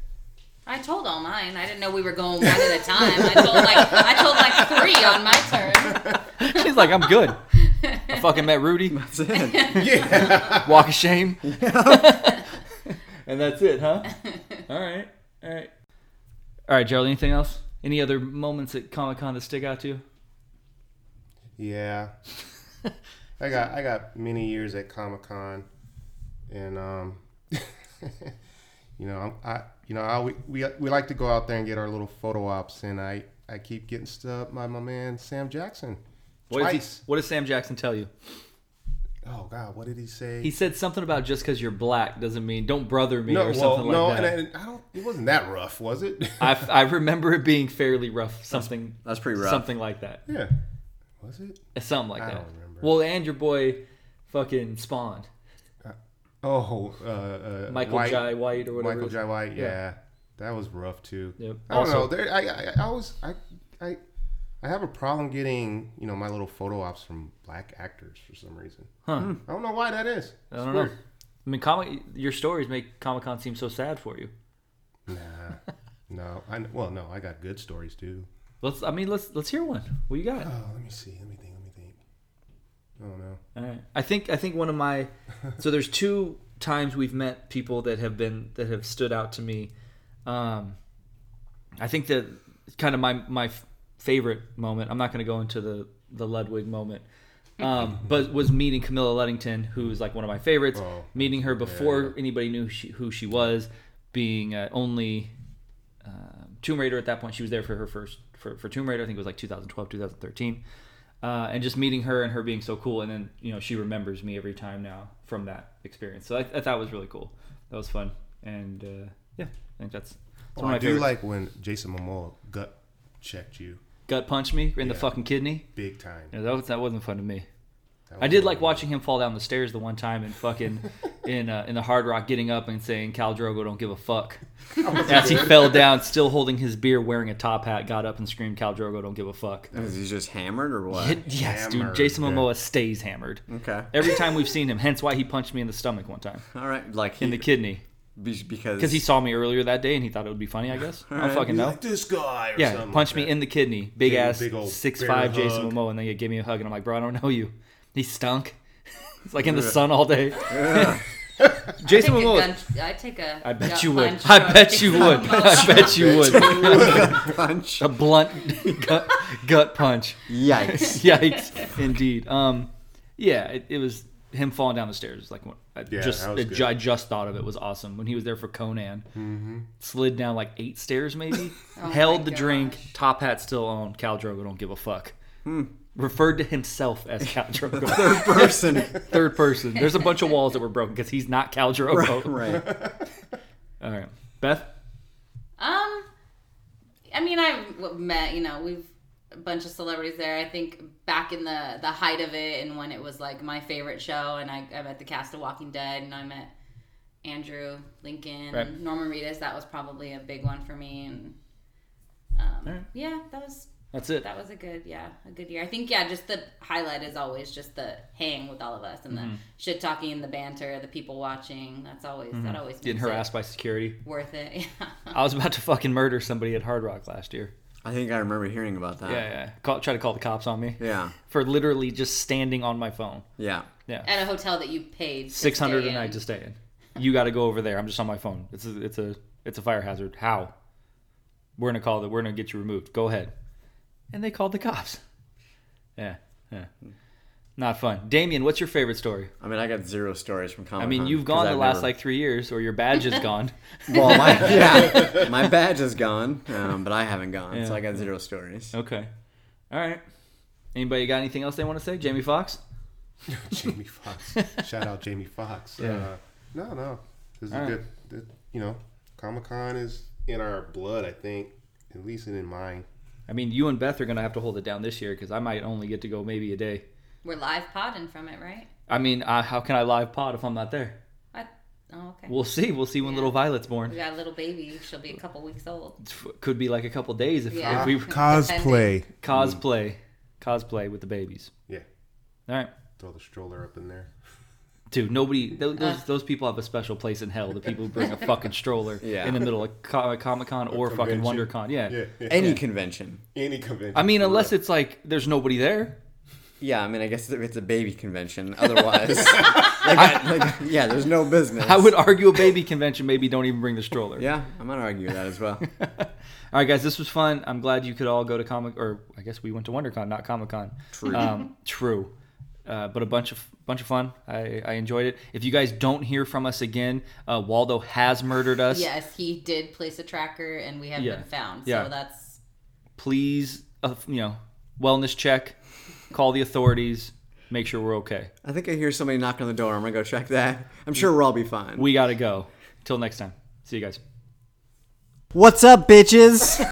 C: I told all mine. I didn't know we were going one at a time. I told like I told like three on my turn.
A: She's like, I'm good. I fucking met Rudy.
D: That's it.
B: Yeah,
A: Walk of shame. and that's it, huh? All right. All right. All right, Gerald, anything else? Any other moments at Comic Con that stick out to you?
B: yeah. I got I got many years at Comic Con, and um, you know I'm- I you know I, we, we we like to go out there and get our little photo ops, and I I keep getting stuff by my man Sam Jackson.
A: What, is he,
B: Twice.
A: what does Sam Jackson tell you?
B: oh god, what did he say?
A: He said something about just because you're black doesn't mean don't brother me
B: no,
A: or
B: well,
A: something like
B: no,
A: that.
B: and I, I don't. It wasn't that rough, was it?
A: I, I remember it being fairly rough. Something
D: that's pretty rough.
A: Something like that.
B: yeah, was it?
A: Something like
B: I
A: that.
B: don't remember.
A: Well, and your boy, fucking spawned
B: Oh, uh, uh,
A: Michael
B: White,
A: Jai White or whatever.
B: Michael
A: it was.
B: Jai White. Yeah.
A: Yeah.
B: that was rough too.
A: Yep.
B: I don't
A: Also-
B: know. There, I, I, I always, I, I, I have a problem getting you know my little photo ops from black actors for some reason.
A: Huh.
B: I don't know why that is.
A: I
B: It's
A: don't know.
B: weird.
A: I mean, comic. Your stories make Comic Con seem so sad for you.
B: Nah, no. I well, no. I got good stories too.
A: Let's. I mean, let's let's hear one. What you got?
B: Oh, let me see. Let me think. Let me think. I don't know.
A: All right. I think I think one of my so there's two times we've met people that have been that have stood out to me. Um, I think that kind of my my f- favorite moment. I'm not going to go into the the Ludwig moment, um, but was meeting Camilla Luddington, who's like one of my favorites.
B: Oh.
A: meeting her before
B: Yeah.
A: anybody knew she, who she was, being uh, only um, Tomb Raider at that point. She was there for her first for, for Tomb Raider. I think it was like 2012, 2013, uh, and just meeting her and her being so cool. And then you know she remembers me every time now from that experience. So I, I thought it was really cool. That was fun, and uh, yeah, I think that's. that's
B: Oh,
A: one of my
B: I do
A: favorites.
B: like when Jason Momoa gut checked you
A: gut punched me in the
B: Yeah.
A: fucking kidney.
B: big time.
A: Yeah, that, was, that wasn't fun to me.
B: That
A: I
B: was
A: did like
B: horrible.
A: watching him fall down the stairs the one time and fucking in uh, in the Hard Rock getting up and saying Cal Drogo don't give a fuck.
B: Oh,
A: As he fell down, still holding his beer, wearing a top hat, got up and screamed Cal Drogo don't give a fuck.
D: Is he just hammered or what?
A: yes, dude.
B: Hammered,
A: Jason
B: yeah.
A: Momoa stays hammered.
D: Okay.
A: Every time we've seen him, hence why he punched me in the stomach one time
D: All right. Like he,
A: in the kidney
D: be- because
A: because he saw me earlier that day and he thought it would be funny. I guess I don't
D: Alright,
A: fucking
B: You
A: know.
B: like this guy. Or
A: Yeah,
B: something
A: punch
B: like
A: me
B: that.
A: in the kidney, big
B: Gave me a
A: ass
B: big old
A: six
B: bear
A: five Jason
B: hug.
A: Momoa, and then you give me a hug, and I'm like, bro, I don't know you. He stunk. He's like in the sun all day. Jason
C: Take a
A: Momoa.
C: gun, I take a.
A: I bet
C: gut
A: you would.
C: punch
A: I
C: from
A: bet you
C: Jason
A: would.
C: Momoa.
A: I bet you would.
D: punch.
A: A blunt gut, gut punch.
D: Yikes.
A: Yikes, indeed. Um, yeah, it, it was him falling down the stairs. Like one- I
B: Yeah,
A: just,
B: that was
A: I
B: good.
A: ju- I just thought of it was awesome when he was there for Conan.
D: Mm-hmm.
A: Slid down like eight stairs, maybe.
C: Oh
A: held
C: my
A: the drink.
C: gosh.
A: Top hat still on. Cal Drogo don't give a fuck. Referred to himself as Cal Drogo.
D: Hmm. Third person.
A: Third person. There's a bunch of walls that were broken because he's not Cal Drogo.
D: right.
A: All right, Beth.
C: Um, I mean, I've w- met you know we've a bunch of celebrities there. I think back in the the height of it and when it was like my favorite show, and I, I met the cast of Walking Dead, and I met Andrew Lincoln,
A: Right.
C: and Norman Reedus. That was probably a big one for me, and
A: All
C: um,
A: right.
C: yeah, that was
A: That's it.
C: that was a good yeah a good year. I think yeah, just the highlight is always just the hang with all of us and
A: Mm-hmm.
C: the shit talking, the banter, the people watching. That's always that always
A: Mm-hmm. Getting
C: makes it
A: harassed by security.
C: worth it. Yeah.
A: I was about to fucking murder somebody at Hard Rock last year.
D: I think I remember hearing about that.
A: Yeah, yeah. Call, try to call the cops on me
D: Ah. Yeah.
A: for literally just standing on my phone.
D: Yeah.
C: at a hotel that you paid to
A: Six hundred
C: stay
A: a night
C: in.
A: to stay in. You got to go over there. I'm just on my phone. It's a, it's a it's a fire hazard. How? We're gonna call that. We're gonna get you removed. Go ahead. And they called the cops. Yeah, yeah. Not fun. Damien, what's your favorite story?
D: I mean, I got zero stories from Comic
A: I mean, you've gone the last like three years, or your badge is gone.
D: Well, my, yeah, my badge is gone, um, but I haven't gone,
A: Yeah.
D: so I got zero stories.
A: okay. All right. Anybody got anything else they want to say? Jamie Fox.
B: Jamie Foxx. Shout out Jamie Foxx.
A: Yeah.
B: Uh, no, no. This is
A: All right.
B: good. Th- You know, Comic Con is in our blood, I think, at least in mine.
A: I mean, you and Beth are gonna have to hold it down this year because I might only get to go maybe a day.
C: We're live podding from it, right?
A: I mean, uh, how can I live pod if I'm not there?
C: I, oh, okay.
A: We'll see. We'll see when little Violet's
C: we
A: born.
C: got a little baby. She'll be a couple weeks old.
A: It Could be like a couple days if,
C: Yeah.
A: if we
C: cosplay.
A: cosplay, cosplay with the babies.
B: Yeah.
A: All right,
B: Throw the stroller up in there.
A: dude. Nobody. Those those, those people have a special place in hell. The people who bring a fucking stroller
D: Yeah.
A: in the middle of Comic Con or fucking
B: convention.
A: WonderCon. Yeah.
B: Yeah. yeah.
D: Any convention.
B: Any convention.
A: I mean, unless it's like there's nobody there.
D: Yeah, I mean, I guess if it's a baby convention. Otherwise, like, like, yeah, there's no business.
A: I would argue a baby convention maybe don't even bring the stroller.
D: Yeah, I'm gonna argue that as well.
A: all right, guys, this was fun. I'm glad you could all go to Comic, or I guess we went to WonderCon, not Comic Con.
D: True.
A: Um, true. Uh, but a bunch of bunch of fun. I, I enjoyed it. If you guys don't hear from us again, uh, Waldo has murdered us.
C: Yes, he did place a tracker, and we have
A: Yeah.
C: been found.
A: Yeah.
C: So that's
A: Please, uh, you know, wellness check. Call the authorities. make sure we're okay.
D: I think I hear somebody knocking on the door. I'm gonna go check that. I'm sure we'll all be fine.
A: We got to go. Till next time. See you guys.
D: What's up, bitches?